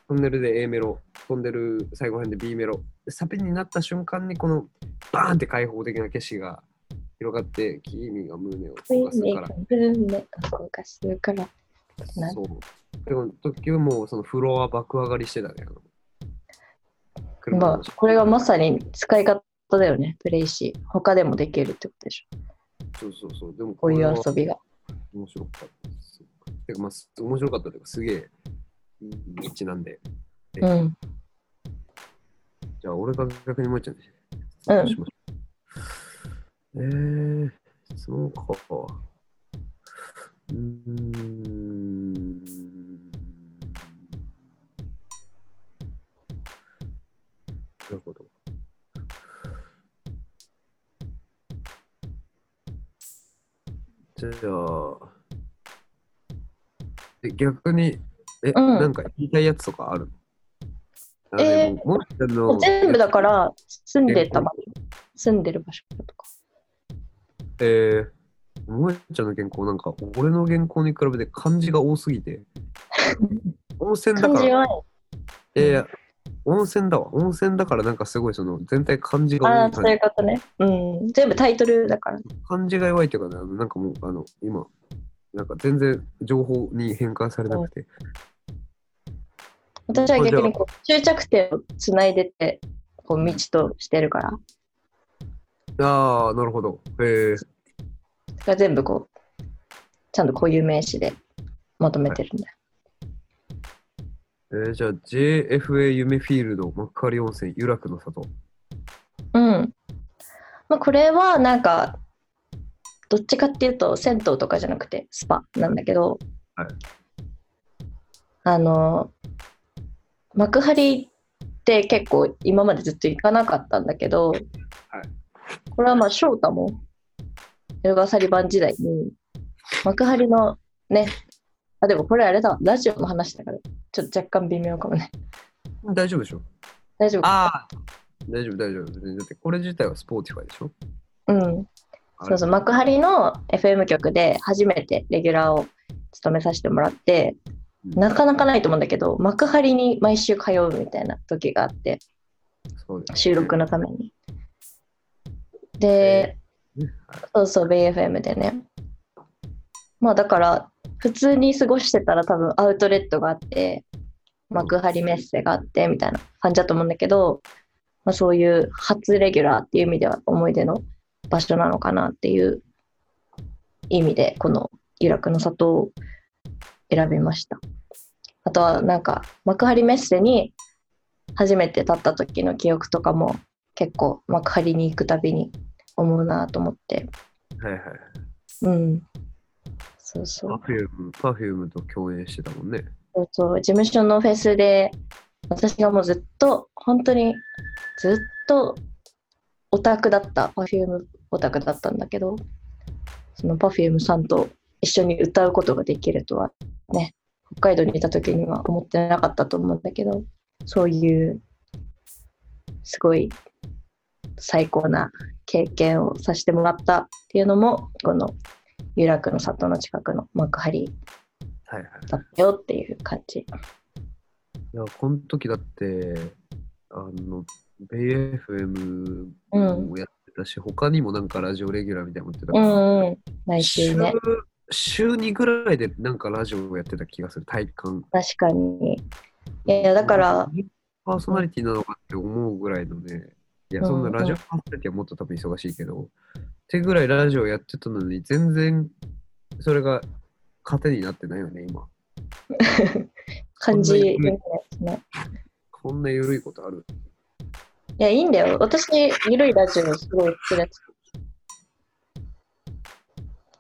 Speaker 4: トンネルで A メロ、トンネル最後辺で B メロ、でサビになった瞬間に、この、バーンって開放的な景色が広がって、君が胸を動かすから。
Speaker 3: 運命が動かすから。な
Speaker 4: そう。でも、時はもう、そのフロア爆上がりしてたね。あの車
Speaker 3: まあ、
Speaker 4: の
Speaker 3: これがまさに使い方だよね、プレイし。他でもできるってことでしょ。
Speaker 4: そうそうそう。でも
Speaker 3: こういう
Speaker 4: れは
Speaker 3: 遊びが。
Speaker 4: 面白かったです。てかまあ、す面白かったというか、すげえ、いい位置なんで。
Speaker 3: うん。
Speaker 4: じゃあ、俺が逆にもうちゃんで。
Speaker 3: うん
Speaker 4: しましょう。えー、質問か。うーん。なるほど。じゃあ、え逆に、え、
Speaker 3: うん
Speaker 4: なんか言いたいやつとかあるの
Speaker 3: えー
Speaker 4: あでももっちゃんの
Speaker 3: 全部だから、住んでた場所、住んでる場所とか。
Speaker 4: えー、もえちゃんの原稿なんか、
Speaker 3: <laughs>
Speaker 4: 俺の原稿に比べて漢字が多すぎて、温泉だ
Speaker 3: 感
Speaker 4: か
Speaker 3: じ
Speaker 4: ら、
Speaker 3: は
Speaker 4: いやいや、温泉だわ。温泉だからなんかすごいその全体感じが
Speaker 3: あ
Speaker 4: 多
Speaker 3: あ、
Speaker 4: い
Speaker 3: そうい
Speaker 4: 感
Speaker 3: うことね。うん。全部タイトルだから。
Speaker 4: じ。感じが弱いっていうかね、あのなんかもうあの今、なんか全然情報に変換されなくて。
Speaker 3: 私は逆にこう終着点をつないでて、こう道としてるから。
Speaker 4: ああ、なるほど。へえ。
Speaker 3: だから全部こう、ちゃんと固有名詞でまとめてるんだよ。
Speaker 4: えー、じゃあ JFA 夢フィールド、幕張温泉、湯楽の里。
Speaker 3: うん。まあ、これはなんか、どっちかっていうと、銭湯とかじゃなくてスパなんだけど、
Speaker 4: はい
Speaker 3: あの、幕張って結構今までずっと行かなかったんだけど、これはまあ翔太もエルガーサリバン時代に幕張のね、あ、でもこれあれだわ、ラジオの話だから、ちょっと若干微妙かもね。
Speaker 4: 大丈夫でしょ
Speaker 3: 大丈夫
Speaker 4: ああ大丈夫、大丈夫。だってこれ自体は Spotify でしょ
Speaker 3: うん。そうそう、幕張の FM 局で初めてレギュラーを務めさせてもらって、
Speaker 4: うん
Speaker 3: なかなかないと思うんだけど、幕張に毎週通うみたいな時があって、
Speaker 4: そうです
Speaker 3: 収録のために。で、
Speaker 4: ね
Speaker 3: そうそう、BFM でね。まあだから、普通に過ごしてたら多分アウトレットがあって、幕張メッセがあってみたいな感じだと思うんだけど、まあ、そういう初レギュラーっていう意味では思い出の場所なのかなっていう意味で、この由楽の里を選びました。あとはなんか幕張メッセに初めて立った時の記憶とかも結構幕張に行くたびに思うなと思って。
Speaker 4: はいはい。
Speaker 3: うん。そうそう。
Speaker 4: Perfume、Perfume と共演してたもんね。
Speaker 3: そうそう、事務所のフェスで、私がもうずっと、本当にずっとオタクだった、Perfume オタクだったんだけど、その Perfume さんと一緒に歌うことができるとはね、北海道にいた時には思ってなかったと思うんだけど、そういう、すごい最高な経験をさせてもらったっていうのも、この有楽の里の近くの幕張
Speaker 4: はいはい。
Speaker 3: だったよっていう感じ。
Speaker 4: いや、この時だって、あの、BFM
Speaker 3: うん
Speaker 4: もやってたし、他にもなんかラジオレギュラーみたいなの持ってた
Speaker 3: う
Speaker 4: から、
Speaker 3: んうん、毎週ね。
Speaker 4: 週週2ぐらいでなんかラジオをやってた気がする、体感。
Speaker 3: 確かに。いやいやだ <laughs> から、
Speaker 4: パーソナリティなのかって思うぐらいのね、いや、
Speaker 3: うん
Speaker 4: そんなラジオパーソナリティはもっと多分忙しいけど、ってぐらいラジオやってたのに、全然それが糧になってないよね、今。
Speaker 3: 感じ
Speaker 4: そんな
Speaker 3: で
Speaker 4: に
Speaker 3: すね。
Speaker 4: こんな緩いことある。
Speaker 3: いや、いいんだよ。私、ゆるいラジオすごい好きです。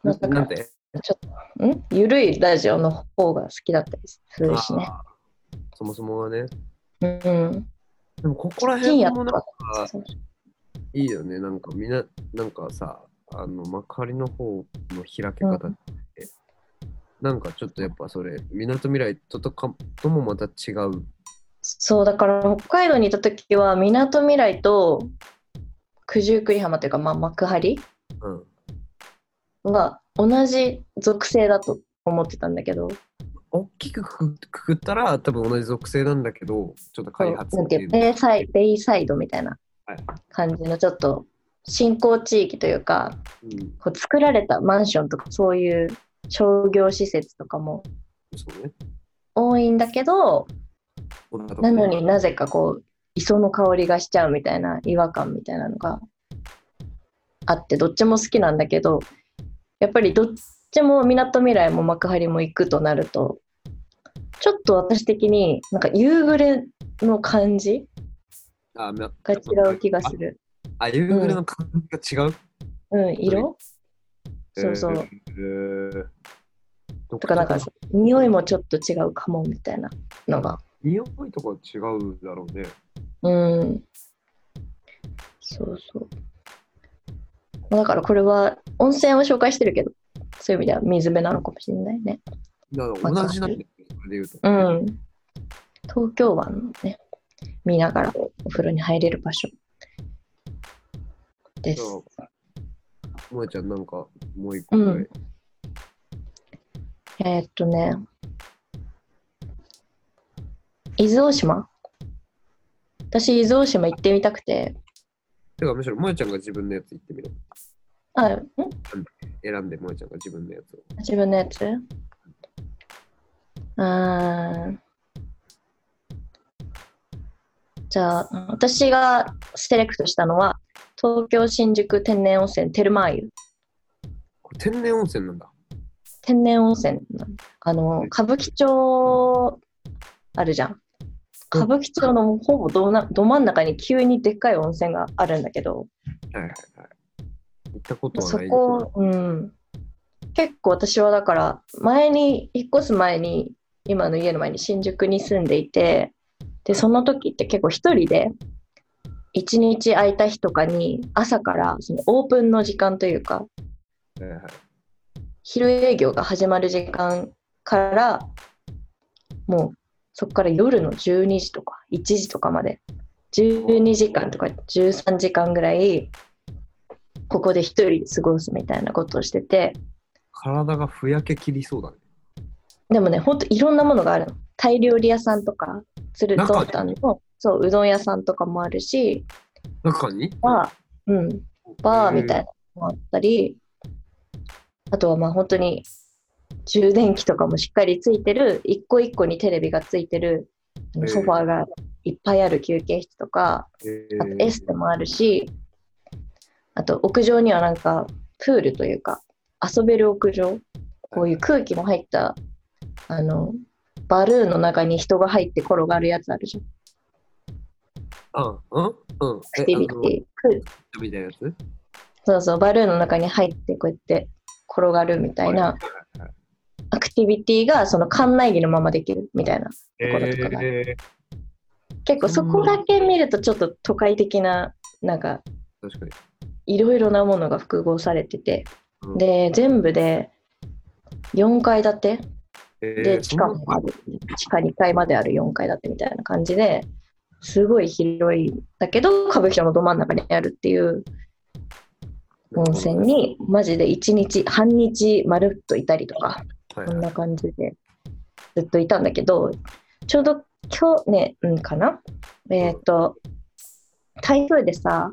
Speaker 4: な
Speaker 3: だか
Speaker 4: な
Speaker 3: ら
Speaker 4: ん、て
Speaker 3: んゆるいラジオの方が好きだったりするしね。
Speaker 4: あーそもそもはね。
Speaker 3: うん。
Speaker 4: でもここら
Speaker 3: 深
Speaker 4: 辺
Speaker 3: 夜と
Speaker 4: もな
Speaker 3: か
Speaker 4: んか。いいよね、なんかみんな、なんかさ、あの、幕張の方の開け方って、なんかちょっとやっぱそれ、みなとみらいととかともまた違う。
Speaker 3: そう、だから北海道にいた時は、みなとみらいと九十九里浜というか、まあ、幕張
Speaker 4: うん。
Speaker 3: は同じ属性だと思ってたんだけど、
Speaker 4: 大きくくくくくったら多分同じ属性なんだけど、ちょっと開発
Speaker 3: な
Speaker 4: っ
Speaker 3: ん
Speaker 4: て
Speaker 3: て
Speaker 4: いうの
Speaker 3: ベイサイベイサイドみたいな
Speaker 4: はい
Speaker 3: 感じのちょっと新興地域というか
Speaker 4: うん、
Speaker 3: こう作られたマンションとかそういう商業施設とかも
Speaker 4: そうね。
Speaker 3: 多いんだけどなのになぜかこう磯の香りがしちゃうみたいな違和感みたいなのがあってどっちも好きなんだけどやっぱりどっちもみなとみらいも幕張も行くとなるとちょっと私的になんか夕暮れの感じ
Speaker 4: あ、ま
Speaker 3: が違う気がする。
Speaker 4: あ、夕暮れの感じが違う、
Speaker 3: うん、色そうそう。
Speaker 4: えーどっ
Speaker 3: とかなんか、匂いもちょっと違うかもみたいなのが。
Speaker 4: 匂いとか違うだろうね。
Speaker 3: うん。そうそう。まあだからこれは温泉を紹介してるけど、そういう意味では水辺なのかもしれないね。
Speaker 4: だから同じなんだよね、それで言うと。
Speaker 3: うん。東京湾のね、見ながらお風呂に入れる場所です。
Speaker 4: そう萌ちゃん、なんか、もう一個ぐらい。
Speaker 3: うんえーっとね、伊豆大島私、伊豆大島行ってみたくて。
Speaker 4: てか、むしろ、萌ちゃんが自分のやつ言ってみろ。
Speaker 3: あ、ん
Speaker 4: 選んで、萌ちゃんが自分のやつを。
Speaker 3: 自分のやつうーん。じゃあ、私がセレクトしたのは、東京新宿天然温泉テルマー湯。
Speaker 4: これ天然温泉なんだ。
Speaker 3: 天然温泉なのあの、歌舞伎町あるじゃん。
Speaker 4: うん
Speaker 3: 歌舞伎町のほぼどなど真ん中に急にでっかい温泉があるんだけど、
Speaker 4: はいはいはい。行ったことは
Speaker 3: そ
Speaker 4: ないですけど
Speaker 3: こ、うん、結構私はだから前に引っ越す前に今の家の前に新宿に住んでいてでその時って結構一人で一日空いた日とかに朝からそのオープンの時間というか
Speaker 4: はいはい
Speaker 3: 昼営業が始まる時間からもうそこから夜の12時とか1時とかまで12時間とか13時間ぐらいここで一人で過ごすみたいなことをしてて
Speaker 4: 体がふやけ切りそうだね。
Speaker 3: でもねほんといろんなものがあるのタイ料理屋さんとか鶴
Speaker 4: 中
Speaker 3: 丼
Speaker 4: に
Speaker 3: 店のそううどん屋さんとかもあるし
Speaker 4: 中に
Speaker 3: バー、うん、バーみたいなのもあったり、あとはまあ本当に充電器とかもしっかりついてる、一個一個にテレビがついてる、あ
Speaker 4: へ
Speaker 3: の
Speaker 4: ー
Speaker 3: ソファーがいっぱいある休憩室とか、
Speaker 4: えー
Speaker 3: あとエステもあるし、あと屋上にはなんかプールというか、遊べる屋上、こういう空気の入った、あの、バルーンの中に人が入って転がるやつあるじゃん。
Speaker 4: うんうんうん。
Speaker 3: アクティビティ。空
Speaker 4: ィみたいなやつ
Speaker 3: そうそう、バルーンの中に入ってこうやって転がるみたい
Speaker 4: は
Speaker 3: なアクティビティがその館内着のままできるみたいな。
Speaker 4: え
Speaker 3: ころとかが
Speaker 4: ー、
Speaker 3: 結構そこだけ見るとちょっと都会的な、なんか
Speaker 4: 確かに。
Speaker 3: いろいろなものが複合されてて
Speaker 4: う、ん
Speaker 3: で、全部で4階建て
Speaker 4: えー
Speaker 3: で、地下もある、地下2階まである4階建てみたいな感じで、すごい広いんだけど、歌舞伎町のど真ん中にあるっていう
Speaker 4: そんな
Speaker 3: 温泉。に、マジで1日、半日まるっといたりとか。
Speaker 4: はい
Speaker 3: こ
Speaker 4: はい
Speaker 3: んな感じでずっといたんだけど、ちょうど去年かな、えっ、と、台風でさ、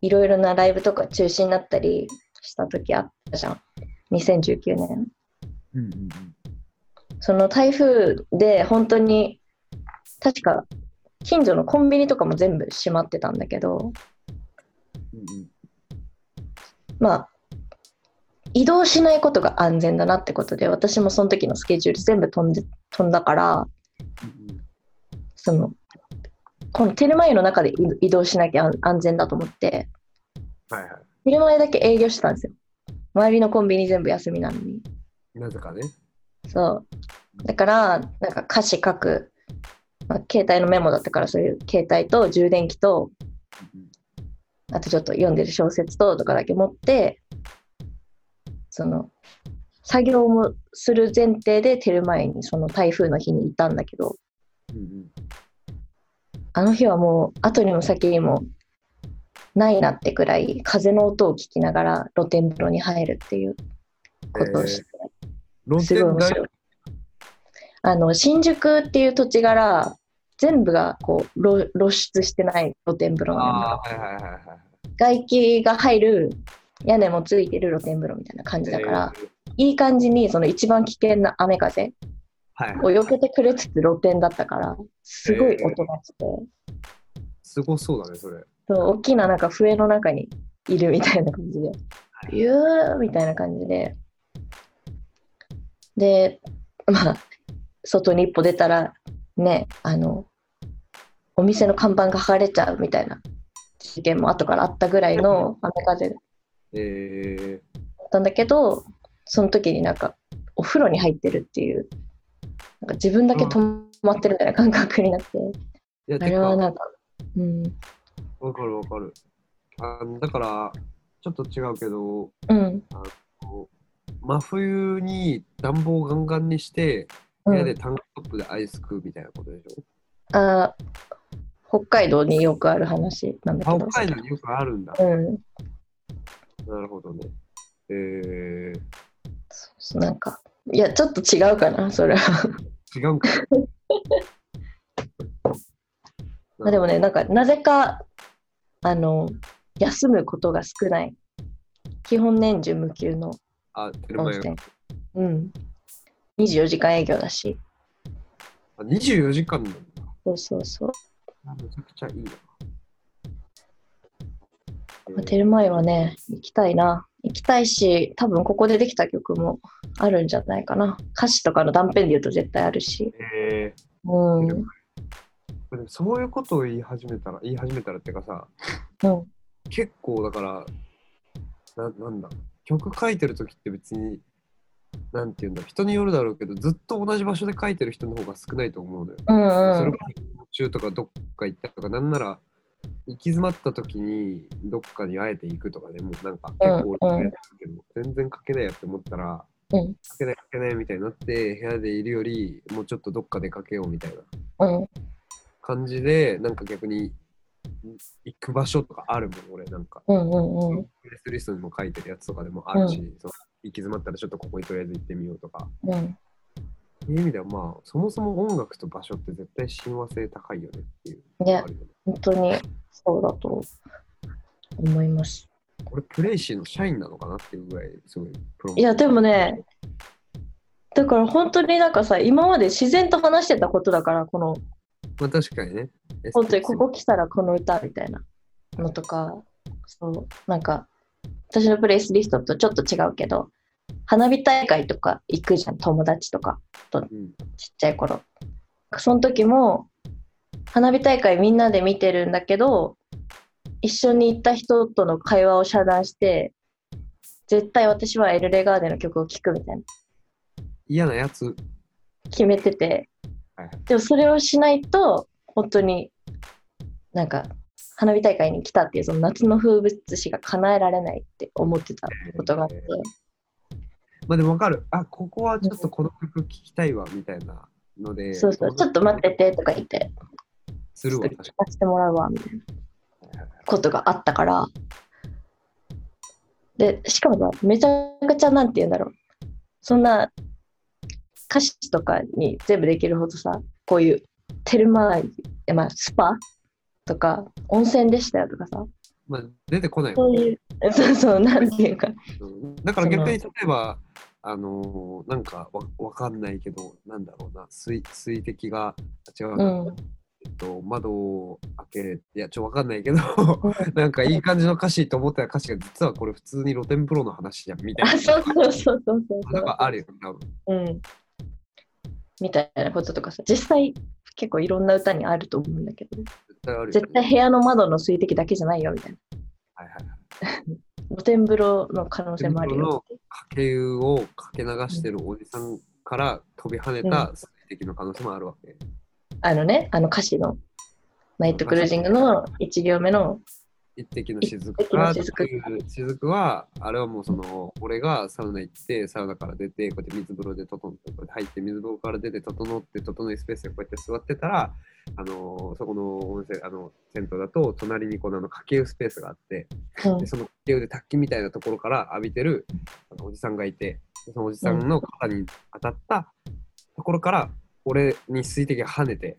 Speaker 3: いろいろなライブとか中止になったりした時あったじゃん、2019年。
Speaker 4: うんうんうん
Speaker 3: その台風で本当に、確か近所のコンビニとかも全部閉まってたんだけど、
Speaker 4: うんうん
Speaker 3: まあ、移動しないことが安全だなってことで、私もその時のスケジュール全部飛んで飛んだから、
Speaker 4: うんうん
Speaker 3: その、このテルマ湯の中で移移動しなきゃ安安全だと思って、
Speaker 4: はいは
Speaker 3: テルマ湯だけ営業してたんですよ。周りのコンビニ全部休みなのに。
Speaker 4: い。なぜかね。
Speaker 3: そう。だから、なんか歌詞書く、まあ、携帯のメモだったから、そういう携帯と充電器と、
Speaker 4: うんうん
Speaker 3: あとちょっと読んでる小説ととかだけ持って、その、作業もする前提でテルマ湯にその台風の日にいたんだけど、
Speaker 4: うん
Speaker 3: あの日はもう後にも先にもないなってくらい風の音を聞きながら露天風呂に入るっていうことをして、
Speaker 4: うん。
Speaker 3: すごい
Speaker 4: 露
Speaker 3: 面
Speaker 4: 天
Speaker 3: 白い。あの新宿っていう土地柄全部がこう露露出してない露天風呂なんだ
Speaker 4: ああー、はいはいはいはい。
Speaker 3: 外気が入る屋根もついてる露天風呂みたいな感じだから、
Speaker 4: えー
Speaker 3: いい感じにその一番危険な雨風
Speaker 4: はい
Speaker 3: を
Speaker 4: はい。
Speaker 3: 避けてくれつつ露天だったからすごい音がして、
Speaker 4: すごそうだね、それ。
Speaker 3: そう大きななんか笛の中にいるみたいな感じで
Speaker 4: い
Speaker 3: ビューみたいな感じででまあ外に一歩出たらねあのお店の看板が剥がれちゃうみたいな事件も後からあったぐらいの雨風だ
Speaker 4: え
Speaker 3: ったんだけどその時になんかお風呂に入ってるっていうなんか自分だけ止まってるみたいな感覚になって、
Speaker 4: ー、いや、
Speaker 3: あ
Speaker 4: て
Speaker 3: れ
Speaker 4: か
Speaker 3: はなんかうん
Speaker 4: わかるわかる。あのだから、ちょっと違うけど、
Speaker 3: うん
Speaker 4: こう真冬に暖房ガンガンにして、
Speaker 3: う
Speaker 4: 部
Speaker 3: ん
Speaker 4: 屋でタンクトップでアイス食うみたいなことでしょ、
Speaker 3: あ北海道によくある話なんだけど
Speaker 4: あ、北海道によくあるんだ。
Speaker 3: うん
Speaker 4: なるほどね。えー、
Speaker 3: そうそうなんかいやちょっと違うかなそれは
Speaker 4: 違うんか。
Speaker 3: ま <laughs> あ、でもね、なんか、なぜか、あの、休むことが少ない。基本年中無休の
Speaker 4: あ、テルマ
Speaker 3: 温
Speaker 4: エ
Speaker 3: 泉。うん。24時間営業だし。
Speaker 4: あ24時間なんだ。
Speaker 3: そうそうそう。
Speaker 4: あめちゃくちゃいいな。
Speaker 3: まあテルマエはね、行きたいな。行きたいし、多分ここでできた曲もあるんじゃないかな。歌詞とかの断片で言うと絶対あるし。
Speaker 4: え
Speaker 3: うん。うん。
Speaker 4: ーでもそういうことを言い始めたら、言い始めたらっていうかさ、結構だから、ななんだ、曲書いてる時って別に、なんていうんだ、人によるだろうけど、ずっと同じ場所で書いてる人の方が少ないと思うのよ。
Speaker 3: うんう
Speaker 4: それ
Speaker 3: ん
Speaker 4: こ。そ途中とかどっか行ったとか、なんなら、行き詰まった時にどっかにあえて行くとかでもうなんか結構俺がやってるけど、全然書けないやって思ったら、
Speaker 3: うん
Speaker 4: 書けない書けないみたいになって部屋でいるよりもうちょっとどっか出かけようみたいな
Speaker 3: うん。
Speaker 4: 感じでなんか逆に行く場所とかあるもん俺なんか
Speaker 3: うんうんうん。
Speaker 4: プレスリストにも書いてるやつとかでもあるし、その行き詰まったらちょっとここにとりあえず行ってみようとか
Speaker 3: うん。
Speaker 4: そういう意味ではまあそもそも音楽と場所って絶対親和性高いよねっていうの
Speaker 3: ね
Speaker 4: があ、るよね
Speaker 3: 本当にそうだと思います。
Speaker 4: 俺プレイシーの社員なのかなっていうぐらいすごいプロモ
Speaker 3: いや、でもね、だから本当になんかさ、今まで自然と話してたことだから、この、
Speaker 4: まあ確かにね
Speaker 3: 本当にここ来たらこの歌みたいなのとか、そう、なんか、私のプレイスリストとちょっと違うけど、花火大会とか行くじゃん、友達とか、
Speaker 4: うん
Speaker 3: ちっちゃい頃。その時も、花火大会みんなで見てるんだけど、一緒に行った人との会話を遮断して、絶対私はエルレガーデンの曲を聴くみたいな、
Speaker 4: 嫌なやつ
Speaker 3: 決めてて
Speaker 4: はいは、
Speaker 3: でもそれをしないと、本当になんか、花火大会に来たっていう、その夏の風物詩が叶えられないって思ってたことがあって、
Speaker 4: まあでもわかる。あ、ここはちょっとこの曲聴きたいわ、みたいなので。
Speaker 3: そうそう、ちょっと待って。てとか言って、
Speaker 4: するわ、
Speaker 3: ちょ
Speaker 4: 確
Speaker 3: っと
Speaker 4: か
Speaker 3: 聞かせてもらうわみたいなことがあったからでしかもさめちゃくちゃなんて言うんだろうそんな歌詞とかに全部できるほどさこういうテルマえまあ、スパとか温泉でしたよとかさ
Speaker 4: まあ、出てこないも
Speaker 3: そ
Speaker 4: ん
Speaker 3: ういうそうそうなんていうか
Speaker 4: うんだから逆に例えば、あのーなんかわわかんないけど、なんだろうな、水水滴が、あ違う
Speaker 3: う
Speaker 4: な、
Speaker 3: ん、うん、
Speaker 4: えっと、窓を開ける、いや、ちょ、わかんないけど、 <laughs> なんかいい感じの歌詞と思ったら歌詞が、実はこれ普通に露天風呂の話じゃん、みた
Speaker 3: あ
Speaker 4: い
Speaker 3: そ
Speaker 4: な
Speaker 3: う。そうそうそうそう
Speaker 4: なんかあるよ、多分。
Speaker 3: うん、みたいなこととかさ実際結構いろんな歌にあると思うんだけど
Speaker 4: 絶対あるよ、ね。
Speaker 3: 絶対部屋の窓の水滴だけじゃないよみたいな
Speaker 4: はいはいはい。
Speaker 3: 露天風呂の可能性もあるよ
Speaker 4: かけ湯をかけ流してるおじさんから飛び跳ねた水滴の可能性もあるわけ。
Speaker 3: あのねあの歌詞のナイトクルージングの1行目の
Speaker 4: 一滴の雫が、
Speaker 3: 一滴の
Speaker 4: 雫は、あれはもうその、俺がサウナ行って、サウナから出て、こうやって水風呂で整って、こうやって入って、水風呂から出て、整って、整いスペースでこうやって座ってたら、あのーそこの温泉、あの、銭湯だと、隣にこのあの、かけ湯スペースがあって、
Speaker 3: うん
Speaker 4: でその家で卓球みたいなところから浴びてるあのおじさんがいて、でそのおじさんの肩に当たったところから、俺に水滴が跳ねて、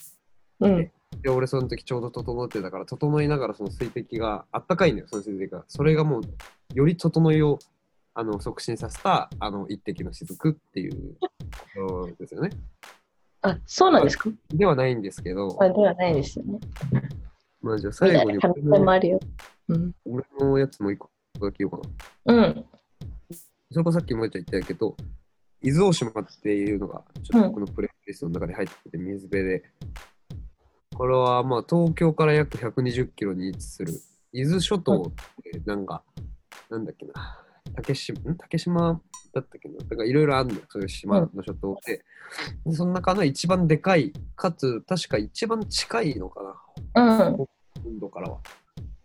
Speaker 3: うん
Speaker 4: で、俺その時ちょうど整ってたから、整いながらその水滴があったかいのよ、その水滴が。それがもう、より整いをあの促進させた、あの、一滴の雫っていうことですよね。
Speaker 3: あそうなんですか
Speaker 4: ではないんですけど
Speaker 3: あ、ではないですよね
Speaker 4: まあじゃあ
Speaker 3: み
Speaker 4: 最
Speaker 3: たい
Speaker 4: 後
Speaker 3: な
Speaker 4: に
Speaker 3: 可能
Speaker 4: 俺
Speaker 3: 性も
Speaker 4: の
Speaker 3: あるようん、
Speaker 4: 俺のやつも一個だけ言おうかな。
Speaker 3: うん、
Speaker 4: それこそさっきもえちゃん言ったけど、伊豆大島っていうのが、ちょっと僕のプレイリストの中で入ってて、水辺で、これはまあ東京から約120キロに位置する、伊豆諸島って、なんか、なんだっけな、竹島、ん竹島だったっけな、だからいろいろあるんだよ、そういう島の諸島で、でその中の一番でかい、かつ、確か一番近いのかな、
Speaker 3: うん
Speaker 4: 本土からは。だ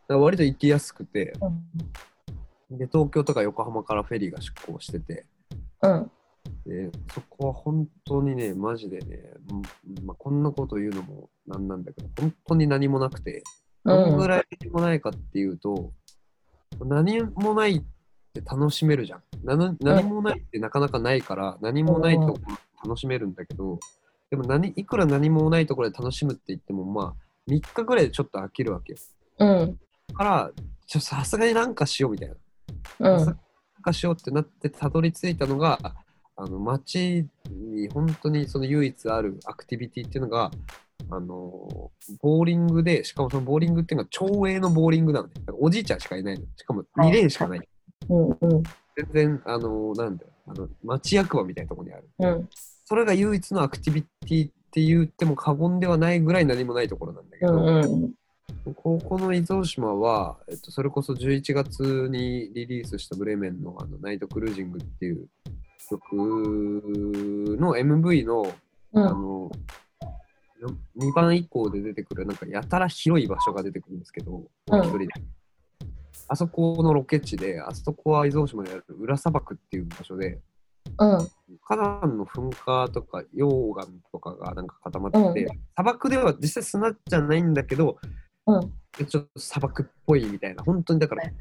Speaker 4: から割と行きやすくて、
Speaker 3: うん
Speaker 4: で、東京とか横浜からフェリーが出港してて、
Speaker 3: うん
Speaker 4: でそこは本当にね、マジでね、うんまあ、こんなこと言うのもなんなんだけど、本当に何もなくて、どのぐらい何もないかっていうと、何もないって楽しめるじゃん。なの何もないってなかなかないから、何もないとこ楽しめるんだけど、でも何、いくら何もないところで楽しむって言っても、まあ、3日ぐらいでちょっと飽きるわけよ。
Speaker 3: うん、
Speaker 4: だから、ちょさすがになんかしようみたいな。
Speaker 3: う
Speaker 4: さすが
Speaker 3: ん
Speaker 4: に、なんかしようってなってたどり着いたのが、あの街に本当にその唯一あるアクティビティっていうのが、あのボーリングで、しかもそのボーリングっていうのは町営のボーリングなのね。だからおじいちゃんしかいないの。しかも2連しかない。
Speaker 3: うん、うん、
Speaker 4: 全然、あのなんだよ。あの町役場みたいなところにある。
Speaker 3: うん、
Speaker 4: それが唯一のアクティビティって言っても過言ではないぐらい何もないところなんだけ
Speaker 3: う
Speaker 4: ど、
Speaker 3: ん、うん、
Speaker 4: ここの伊豆大島は、えっと、それこそ11月にリリースしたブレーメンのあのナイトクルージングっていう曲の MV の,、
Speaker 3: う
Speaker 4: あ
Speaker 3: ん、
Speaker 4: の2番以降で出てくるなんかやたら広い場所が出てくるんですけど、
Speaker 3: うん
Speaker 4: 一人で。あそこのロケ地で、あそこは伊豆大島にある裏砂漠っていう場所で、
Speaker 3: うん、
Speaker 4: 火山の噴火とか溶岩とかがなんか固まってて、
Speaker 3: うん
Speaker 4: 砂漠では実際砂じゃないんだけど、
Speaker 3: うん
Speaker 4: ちょっと砂漠っぽいみたいな、本当にだから、
Speaker 3: はい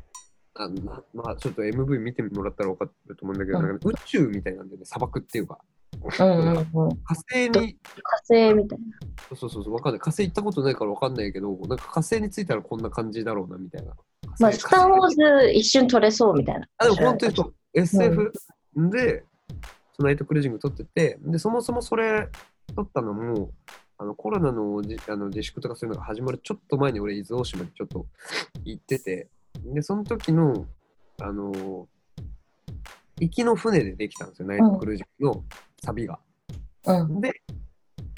Speaker 4: あのままあちょっと MV 見てもらったら分かると思うんだけど、
Speaker 3: うん
Speaker 4: なんか宇宙みたいなんだよね、砂漠っていうか。
Speaker 3: うん、うん、
Speaker 4: 火星に、
Speaker 3: 火星みたい
Speaker 4: そうそうそうそう、分かんない。火星行ったことないから分かんないけど、なんか火星に着いたらこんな感じだろうなみたいな。
Speaker 3: な。まあ、スター・ウォーズ一瞬撮れそうみたいな。
Speaker 4: あでも本当にそう、SF で、そのナイトクルージング撮ってて、で、そもそもそれ撮ったのも、あのコロナのじあの自粛とかそういうのが始まるちょっと前に俺、伊豆大島にちょっと行ってて、で、その時の、あの、行きの船でできたんですよ、ナイトクルージングのサビが。
Speaker 3: うん、
Speaker 4: で、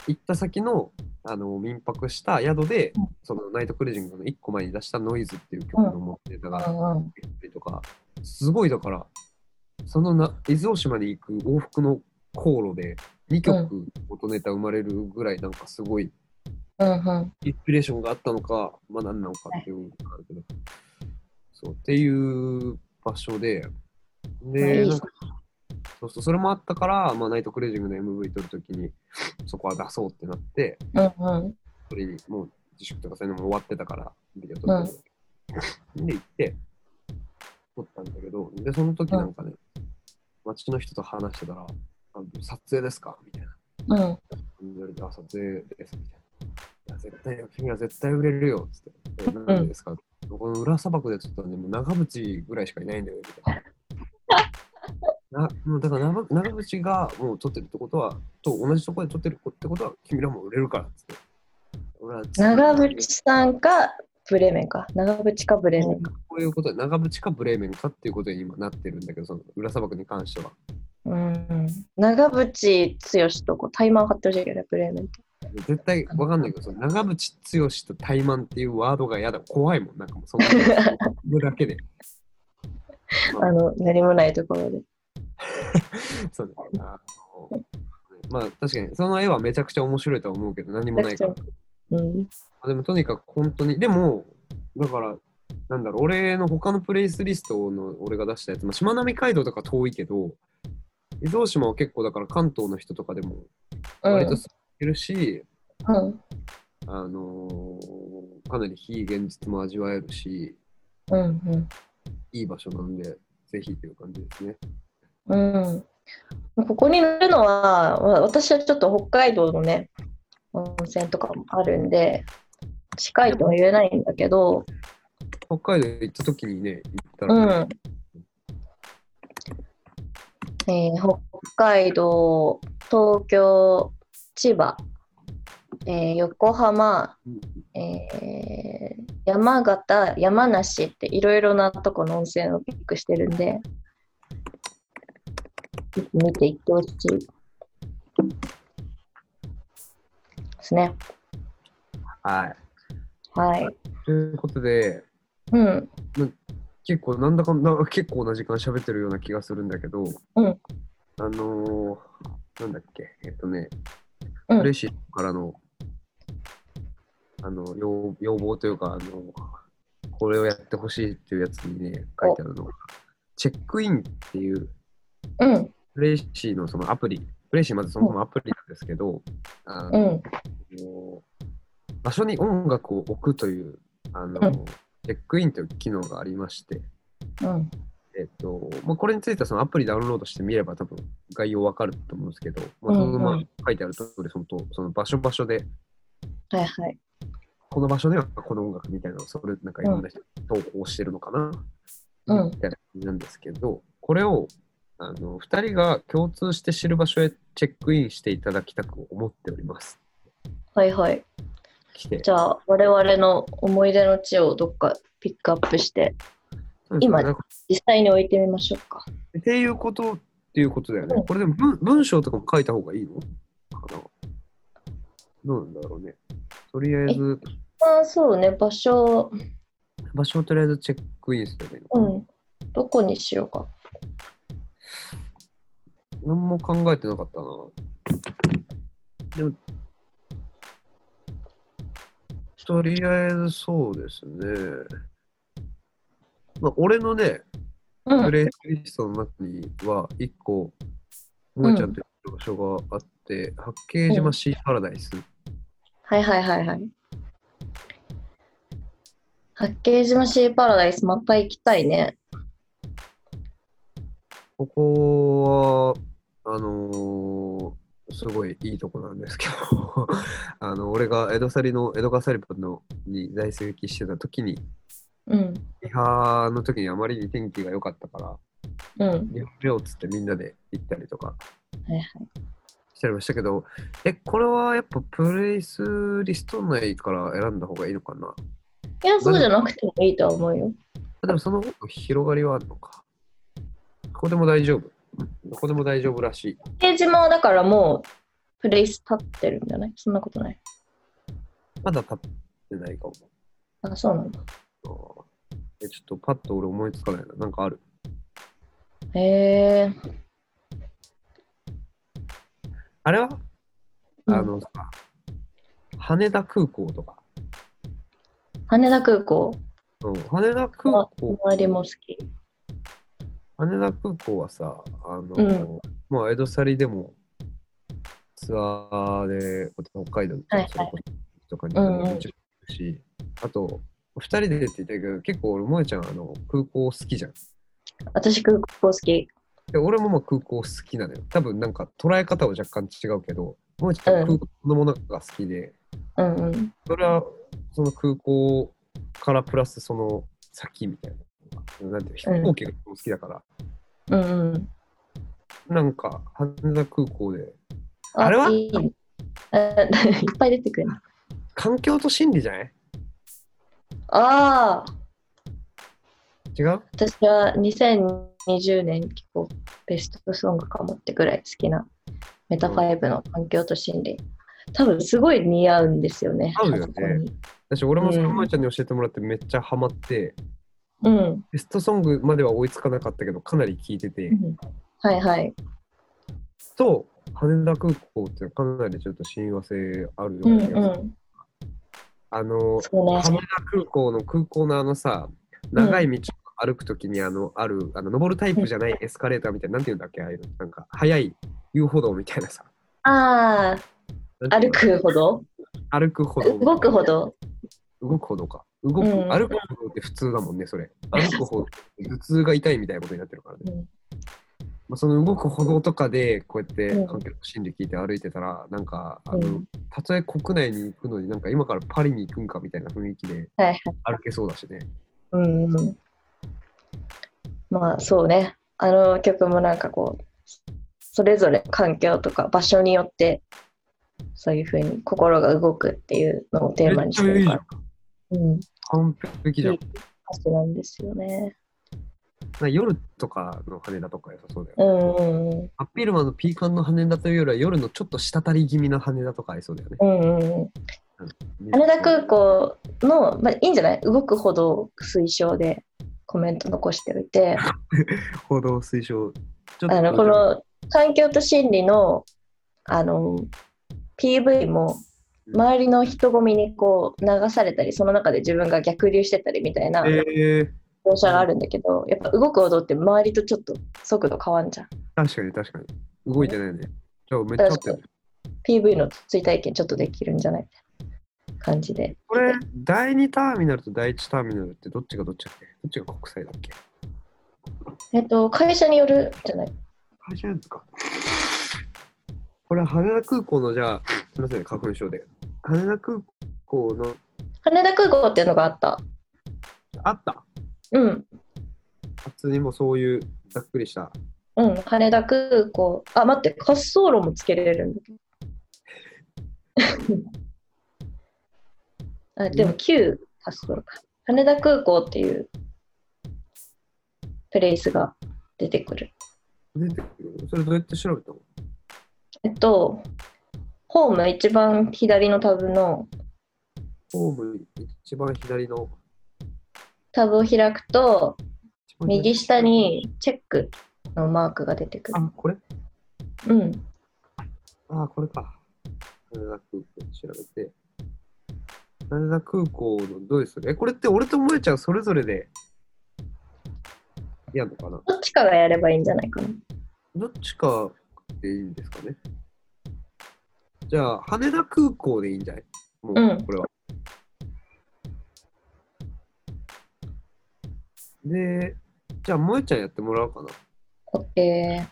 Speaker 4: 行った先の、あの民泊した宿で
Speaker 3: うん、
Speaker 4: そのナイトクルージングの1個前に出したノイズっていう曲の持ってたが、
Speaker 3: うん、うん。
Speaker 4: とか、すごいだから、そのな伊豆大島に行く往復の航路で2曲音ネタ生まれるぐらいなんかすごい
Speaker 3: うん
Speaker 4: インスピレーションがあったのか、まあ何なのかっていうのがあるけど、そう、っていう場所で、
Speaker 3: い
Speaker 4: で、
Speaker 3: い
Speaker 4: なんかそうそう、それもあったから、まあナイトクレージングの MV 撮るときにそこは出そうってなって、
Speaker 3: うんうん
Speaker 4: それにもう自粛とかそういうのも終わってたから、ビデオ撮ってて、で、行って、撮ったんだけど、で、その時なんかね、街の人と話してたら、あの撮影ですかみたいな。
Speaker 3: うん
Speaker 4: 言われて、あ、撮影です。みたいな。いや、絶対、君は絶対売れるよ。つって。え、なんでですか、この裏砂漠で撮ったらね、もう長渕ぐらいしかいないんだよね。みたいな。なもうだから長長渕がもう撮ってるってことは、と同じところで撮ってるってことは、君らも売れるからっつって。俺は
Speaker 3: 長渕さんかブレーメンか長渕かブレーメンか、
Speaker 4: こういうことで、長渕かブレーメンかっていうことに今なってるんだけど、その裏砂漠に関しては。
Speaker 3: うん、長渕剛とこうタイマン張ってほしいけどブレーメンと
Speaker 4: 絶対わかんないけど、その長渕剛と怠慢っていうワードが嫌だ、怖いもん、なんかもうそ
Speaker 3: <laughs>
Speaker 4: んなのだけで。
Speaker 3: あの何もないところで
Speaker 4: そうだなあのまあ確かに、その絵はめちゃくちゃ面白いとは思うけど、何もないから。
Speaker 3: うん
Speaker 4: あでもとにかく本当に、でも、だから、なんだろう、俺の他のプレイスリストの俺が出したやつ、まあ、しまなみ海道とか遠いけど、伊豆大島は結構だから関東の人とかでも
Speaker 3: うん
Speaker 4: 割と知ってるし、
Speaker 3: うん
Speaker 4: あのーかなり非現実も味わえるし、
Speaker 3: うん
Speaker 4: いい場所なんで、ぜひという感じですね。
Speaker 3: うんうんここに乗るのはわ私はちょっと北海道のね温泉とかもあるんで近いとは言えないんだけど
Speaker 4: 北海道行った時にね、行った
Speaker 3: う
Speaker 4: ら、
Speaker 3: ん。えー北海道、東京、千葉、えー横浜、えー山形、山梨っていろいろなとこの温泉をピックしてるんで、ぜひ見ていってほしい。ですね。
Speaker 4: はい。
Speaker 3: はい。
Speaker 4: ということで、
Speaker 3: うん。
Speaker 4: 結構なんだかんだ結構な時間喋ってるような気がするんだけど、
Speaker 3: うん
Speaker 4: あのー、なんだっけえっとね、
Speaker 3: うん
Speaker 4: フレッシュからのあの要要望というかあのこれをやってほしいっていうやつにね書いてあるのがチェックインっていう
Speaker 3: うん。
Speaker 4: フレッシーのそのアプリフレッシーまずそもそもアプリなんですけど、あの
Speaker 3: うん。
Speaker 4: こう場所に音楽を置くというあの、
Speaker 3: うん
Speaker 4: チェックインという機能がありまして、
Speaker 3: うん。
Speaker 4: えっとまあ、これについてはそのアプリダウンロードしてみれば多分概要わかると思うんですけど、ま
Speaker 3: う
Speaker 4: あ、
Speaker 3: ん
Speaker 4: そ
Speaker 3: うん
Speaker 4: のまま書いてある通り、そのとその場所場所で、
Speaker 3: はいはい。
Speaker 4: この場所ではこの音楽みたいなのを、それなんかいろんな人に投稿してるのかな、
Speaker 3: うん
Speaker 4: みたいな感じなんですけど、これをあの2人が共通して知る場所へチェックインしていただきたく思っております。
Speaker 3: はいはい。
Speaker 4: 来て
Speaker 3: じゃあ、我々の思い出の地をどっかピックアップして、今
Speaker 4: なんか
Speaker 3: 実際に置いてみましょうか。
Speaker 4: っていうことっていうことだよね
Speaker 3: うん。
Speaker 4: これでも文文章とかも書いた方がいいのかなどうなんだろうね。とりあえず、
Speaker 3: まあ、そうね、場所、
Speaker 4: 場所をとりあえずチェックインすればいいの
Speaker 3: う
Speaker 4: かな。
Speaker 3: ん、どこにしようか。
Speaker 4: 何も考えてなかったな。でも、とりあえずそうですね。まあ、俺のね、
Speaker 3: うん、
Speaker 4: プレイスリストの中には1個、萌えちゃんと行った場所があって、八景島シーパラダイス。
Speaker 3: はいはいはいはい。八景島シーパラダイス、また行きたいね。
Speaker 4: ここは、あのーすごいいいとこなんですけど、 <laughs> あの、俺が江戸サリの、江戸川サリポンのに在籍してた時に、
Speaker 3: うん、
Speaker 4: リハの時にあまりに天気が良かったから、
Speaker 3: うん、は
Speaker 4: リハしようっつってみんなで行ったりとか
Speaker 3: いはい。
Speaker 4: したりもしたけど、え、これはやっぱプレイスリスト内から選んだ方がいいのかない
Speaker 3: や、そうじゃなくてもいいとは思うよ。
Speaker 4: でもその方が広がりはあるのか。ここでも大丈夫。どこでも大丈夫らしい。
Speaker 3: 八景島はだからもう、プレイス立ってるんじゃないそんなことない。
Speaker 4: まだ立ってないかも。
Speaker 3: あ、そうなんだ。
Speaker 4: あーえ、ちょっとパッと俺思いつかないな。なんかある。
Speaker 3: へえ。
Speaker 4: あれは
Speaker 3: うん
Speaker 4: あのさ、羽田空港とか。
Speaker 3: 羽田空港、
Speaker 4: うん、羽田空
Speaker 3: の
Speaker 4: 港、
Speaker 3: 周りも好き。
Speaker 4: 羽田空港はさ、あの、
Speaker 3: うん
Speaker 4: まあ、江戸サリでもツアーで北海道と
Speaker 3: はいはい
Speaker 4: かそれこそとかに
Speaker 3: うんうん
Speaker 4: もちろん行くし、あと、二人でって言ったけど、結構俺、萌ちゃん、あの、空港好きじゃん。
Speaker 3: 私、空港好き。
Speaker 4: で俺もまあ空港好きなのよ。多分なんか捉え方は若干違うけど、萌ちゃん
Speaker 3: うん
Speaker 4: 空港のものが好きで、
Speaker 3: うんうん。
Speaker 4: それはその空港からプラスその先みたいな。なんていうの飛行機が好きだから、
Speaker 3: うんうん。
Speaker 4: なんか羽田空港であれはい
Speaker 3: いあいっぱい出てくるな。
Speaker 4: 環境と心理じゃない
Speaker 3: ああ、
Speaker 4: 違う
Speaker 3: 私は2020年結構ベストソングかもってぐらい好きなメタファイブの環境と心理。多分すごい似合うんですよね。
Speaker 4: 合う
Speaker 3: あ
Speaker 4: よね
Speaker 3: そこに
Speaker 4: 私俺もその
Speaker 3: うん
Speaker 4: まえちゃんに教えてもらってめっちゃハマって、
Speaker 3: うん。
Speaker 4: ベストソングまでは追いつかなかったけどかなり聴いてて、
Speaker 3: うんはいはい。
Speaker 4: と羽田空港っていうのはかなりちょっと親和性あるよ
Speaker 3: う
Speaker 4: うんな気がする、
Speaker 3: うん。
Speaker 4: あの
Speaker 3: そうね
Speaker 4: 羽。田空港の空港のあのさ長い道を歩くときにあの、あるあの登るタイプじゃないエスカレーターみたいななんていうんだっけああいうのなんか速い遊歩道みたいなさ
Speaker 3: あ
Speaker 4: な
Speaker 3: あ、
Speaker 4: んてい
Speaker 3: 歩
Speaker 4: うの
Speaker 3: くほど
Speaker 4: 歩く歩道
Speaker 3: 動くほど。
Speaker 4: 動くほどか。動く、
Speaker 3: うん
Speaker 4: 歩くほどって普通だもんね、それ。歩くほど、頭痛が痛いみたいなことになってるからね。
Speaker 3: うん
Speaker 4: まあ、その動く歩道とかで、こうやって
Speaker 3: うん
Speaker 4: 観客心理聞いて歩いてたら、なんか、あ
Speaker 3: う
Speaker 4: の
Speaker 3: ん、
Speaker 4: たとえ国内に行くのに、なんか今からパリに行くんかみたいな雰囲気で
Speaker 3: はいはい。
Speaker 4: 歩けそうだしね。
Speaker 3: うんうん。まあそうね。あの曲もなんかこう、それぞれ環境とか場所によって、そういうふうに心が動くっていうのをテーマにして
Speaker 4: めっ
Speaker 3: る
Speaker 4: ちゃ
Speaker 3: か
Speaker 4: い
Speaker 3: ら。
Speaker 4: い
Speaker 3: うん。
Speaker 4: 完璧じゃん。
Speaker 3: いい歌詞なんですよね。
Speaker 4: なんか夜とかの羽田とか良さそうだよ。
Speaker 3: うんうんうん。
Speaker 4: アッピールマンのピーカンの羽田というよりは、夜のちょっと滴り気味な羽田とか合いそうだよね。
Speaker 3: うんうんうん。羽田空港の、まあいいんじゃない動くほど推奨でコメント残しておいて、
Speaker 4: 報道推奨。ちょっ
Speaker 3: あのこの環境と心理のあの PV も周りの人混みにこう流されたりその中で自分が逆流してたりみたいな
Speaker 4: えー
Speaker 3: 描写があるんだけど、やっぱ動く踊って周りとちょっと速度変わんじゃん
Speaker 4: 確かに確かに。動いてないね。じゃあめっちゃ合ってる。
Speaker 3: PV の追体験ちょっとできるんじゃない感じで
Speaker 4: これ、第2ターミナルと第1ターミナルってどっちがどっちだっけどっちが国際だっけ
Speaker 3: えっと会社によるじゃない
Speaker 4: 会社ですかこれは羽田空港の、じゃあ、すみません、花粉症で。羽田空港の、
Speaker 3: 羽田空港っていうのがあった。
Speaker 4: あった
Speaker 3: うん。
Speaker 4: 普通にもうそういうざっくりした。
Speaker 3: うん、羽田空港。あ、待って、滑走路もつけれるんだけど。あでも、旧滑走路か。羽田空港っていうプレイスが出てくる。
Speaker 4: 出てくるそれどうやって調べたの
Speaker 3: えっと、ホーム一番左のタブの
Speaker 4: ホーム一番左の。
Speaker 3: タブを開くと、
Speaker 4: 一番左
Speaker 3: 右下。にチェックのマークが出てくる
Speaker 4: あ。、これ
Speaker 3: うん。
Speaker 4: ああ、これか。羽田空港調べて。羽田空港のどうですえ、これって俺と萌えちゃんそれぞれでやるのかな
Speaker 3: どっちかがやればいいんじゃないかな。
Speaker 4: どっちかでいいんですかねじゃあ、羽田空港でいいんじゃないも
Speaker 3: うん
Speaker 4: う、これは。で、じゃあ、萌えちゃんやってもらおうかな。
Speaker 3: OK。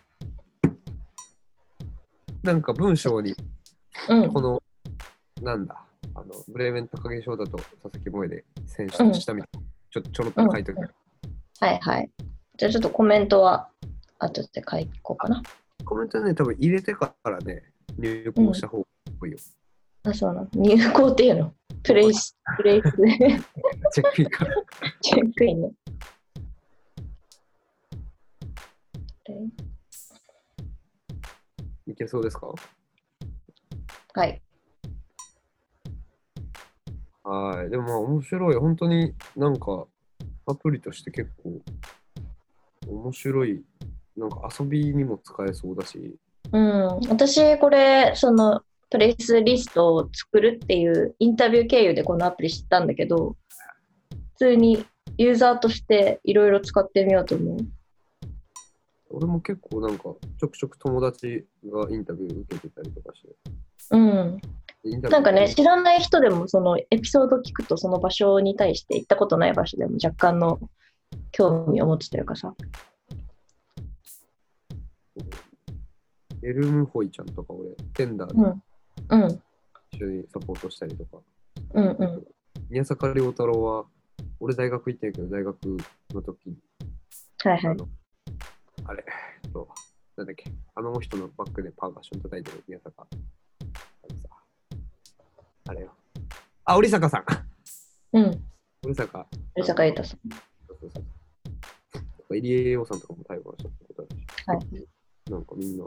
Speaker 4: なんか文章に
Speaker 3: うん。
Speaker 4: この、なんだ、あの、ブレーメン高木翔太と佐々木萌えで選手したみたいな、ちょちょろっと書いとく、
Speaker 3: はいはい。じゃあちょっとコメントは後で書いていこうかな。
Speaker 4: コメントね、多分入れてからね、入稿した方がいいよ。
Speaker 3: あ、そうなの。入校っていうの。プレイス、プレイスで
Speaker 4: チェックインから。
Speaker 3: チェックインの。
Speaker 4: いけそうですか
Speaker 3: はい。
Speaker 4: はい。でもまあ面白い。本当になんか、アプリとして結構、面白い。なんか遊びにも使えそうだし、
Speaker 3: うん。私、これ、その、プレイスリストを作るっていうインタビュー経由でこのアプリ知ったんだけど、普通にユーザーとしていろいろ使ってみようと思う。
Speaker 4: 俺も結構なんか、ちょくちょく友達がインタビュー受けてたりとかして、
Speaker 3: うん。
Speaker 4: インタビュー
Speaker 3: なんかね、知らない人でも、そのエピソード聞くと、その場所に対して行ったことない場所でも若干の興味を持つというかさ。
Speaker 4: エルムホイちゃんとか俺、テンダー
Speaker 3: う
Speaker 4: で
Speaker 3: ん。うん。
Speaker 4: 一緒にサポートしたりとか、
Speaker 3: うんうん。
Speaker 4: 宮坂亮太郎は、俺大学行ってるけど、大学の時に、
Speaker 3: はい
Speaker 4: あ
Speaker 3: はい。
Speaker 4: の、あれ、えっと、なんだっけ、あの人のバックでパーカッション叩いてる宮坂。あのさあれよ。あ、織坂さん
Speaker 3: うん。
Speaker 4: 織坂。
Speaker 3: 大阪優太さん。
Speaker 4: そうそうそう入江洋さんとかも台湾したことあるし、
Speaker 3: は
Speaker 4: なんかみんな、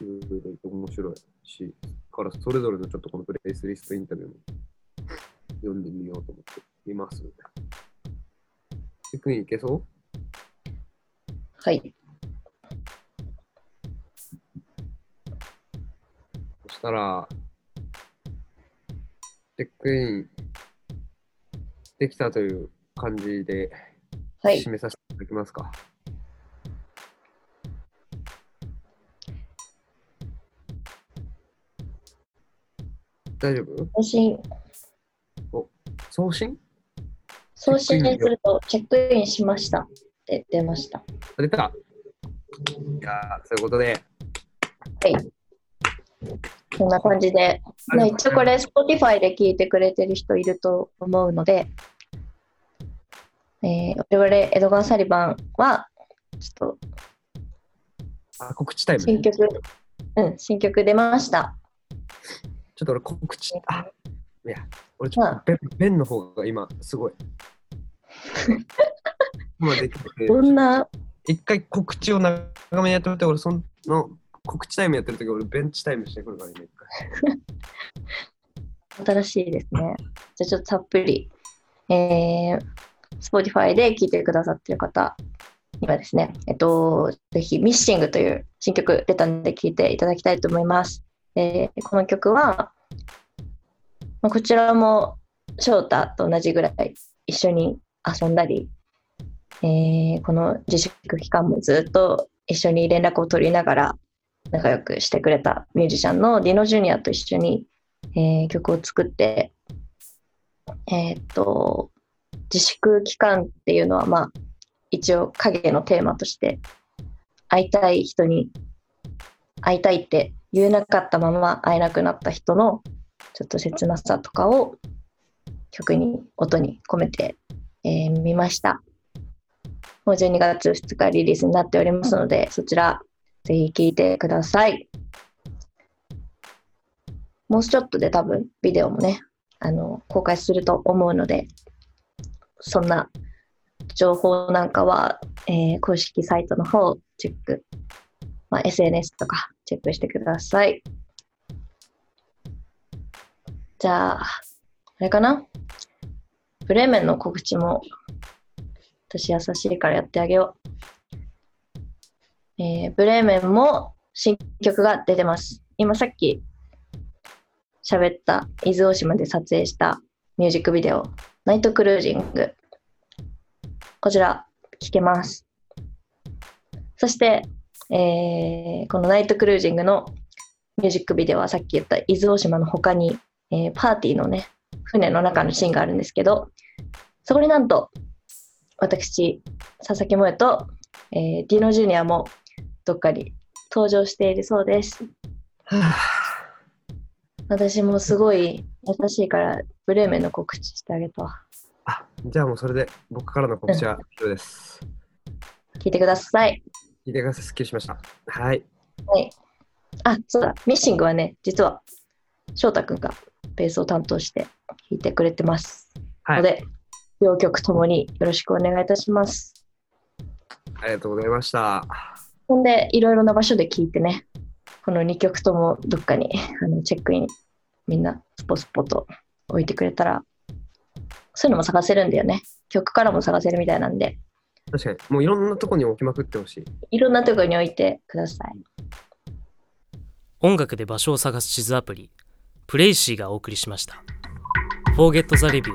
Speaker 4: いろいろいて面白いし、からそれぞれのちょっとこのプレイスリストインタビューも読んでみようと思っています。チェックインいけそう
Speaker 3: はい。
Speaker 4: そしたら、チェックインできたという感じで
Speaker 3: はい。
Speaker 4: 締めさせていただきますか。大丈夫
Speaker 3: 送信、
Speaker 4: 送信
Speaker 3: 送信にすると、チェックインしましたって出ました。
Speaker 4: あ出たいやーそういうことで。
Speaker 3: こんな感じで、まあ、
Speaker 4: りが
Speaker 3: 一
Speaker 4: と
Speaker 3: 応こ
Speaker 4: うござ
Speaker 3: れ、
Speaker 4: います
Speaker 3: Spotify で聞いてくれてる人いると思うので、えー、我々、エドガー・サリバンは、ちょっと、
Speaker 4: あ告知タイム。
Speaker 3: 新
Speaker 4: ちょ
Speaker 3: 曲、うん、新曲出ました。
Speaker 4: っと俺告知。あいや、俺ちょっとペンペンの方が今
Speaker 3: <laughs>
Speaker 4: すごい。今できて
Speaker 3: どんな、
Speaker 4: 一回告知を長めにやってみて、俺その告知タイムやってるとき俺ベンチタイムしてくるから今一回。
Speaker 3: 新しいですね。じゃあちょっとたっぷり、えー、Spotify で聴いてくださってる方にはですね、えっと、ぜひ、ミッシングという新曲出たんで聴いていただきたいと思います。えーこの曲は、まあ、こちらも翔太と同じぐらい一緒に遊んだり、えーこの自粛期間もずっと一緒に連絡を取りながら仲良くしてくれたミュージシャンのディノ・ジュニアと一緒に、えー曲を作って、えーっと自粛期間っていうのは、まあ、一応影のテーマとして会いたい人に会いたいって言えなかったまま会えなくなった人のちょっと切なさとかを曲に音に込めて、えー、みましたもう12月2日リリースになっておりますのでそちらぜひ聴いてくださいもうちょっとで多分ビデオもねあの公開すると思うのでそんな情報なんかは、えー公式サイトの方をチェック、まあ、SNS とかチェックしてくださいじゃああれかなブレーメンの告知も私優しいからやってあげよう、えーブレーメンも新曲が出てます今さっき喋った伊豆大島で撮影したミュージックビデオ「ナイトクルージング」こちら聴けますそして、えーこの「ナイトクルージング」のミュージックビデオはさっき言った伊豆大島の他に、えーパーティーのね船の中のシーンがあるんですけどそこになんと私佐々木萌と、えーディノジュニアもどっかに登場しているそうです私もすごい優しいからブレーメンの告知してあげたわ
Speaker 4: あ、じゃあもうそれで僕からの告知は以上です。
Speaker 3: 聞いてください
Speaker 4: 聞いてください、すっきりしました。はい。
Speaker 3: はいあそうだミッシングはね実は翔太くんがベースを担当して弾いてくれてます、
Speaker 4: はい
Speaker 3: ので両曲ともによろしくお願いいたします
Speaker 4: ありがとうございました。
Speaker 3: ほんでいろいろな場所で聴いてねこの2曲ともどっかにあのチェックインみんなスポスポと置いてくれたらそういうのも探せるんだよね曲からも探せるみたいなんで
Speaker 4: 確かに、もういろんなとこに置きまくってほしい。
Speaker 3: いろんなところに置いてください
Speaker 2: 音楽で場所を探す地図アプリプレイシーがお送りしました Forget the Reviews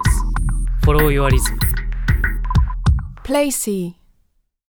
Speaker 2: Follow Your Rhythm
Speaker 1: Placy.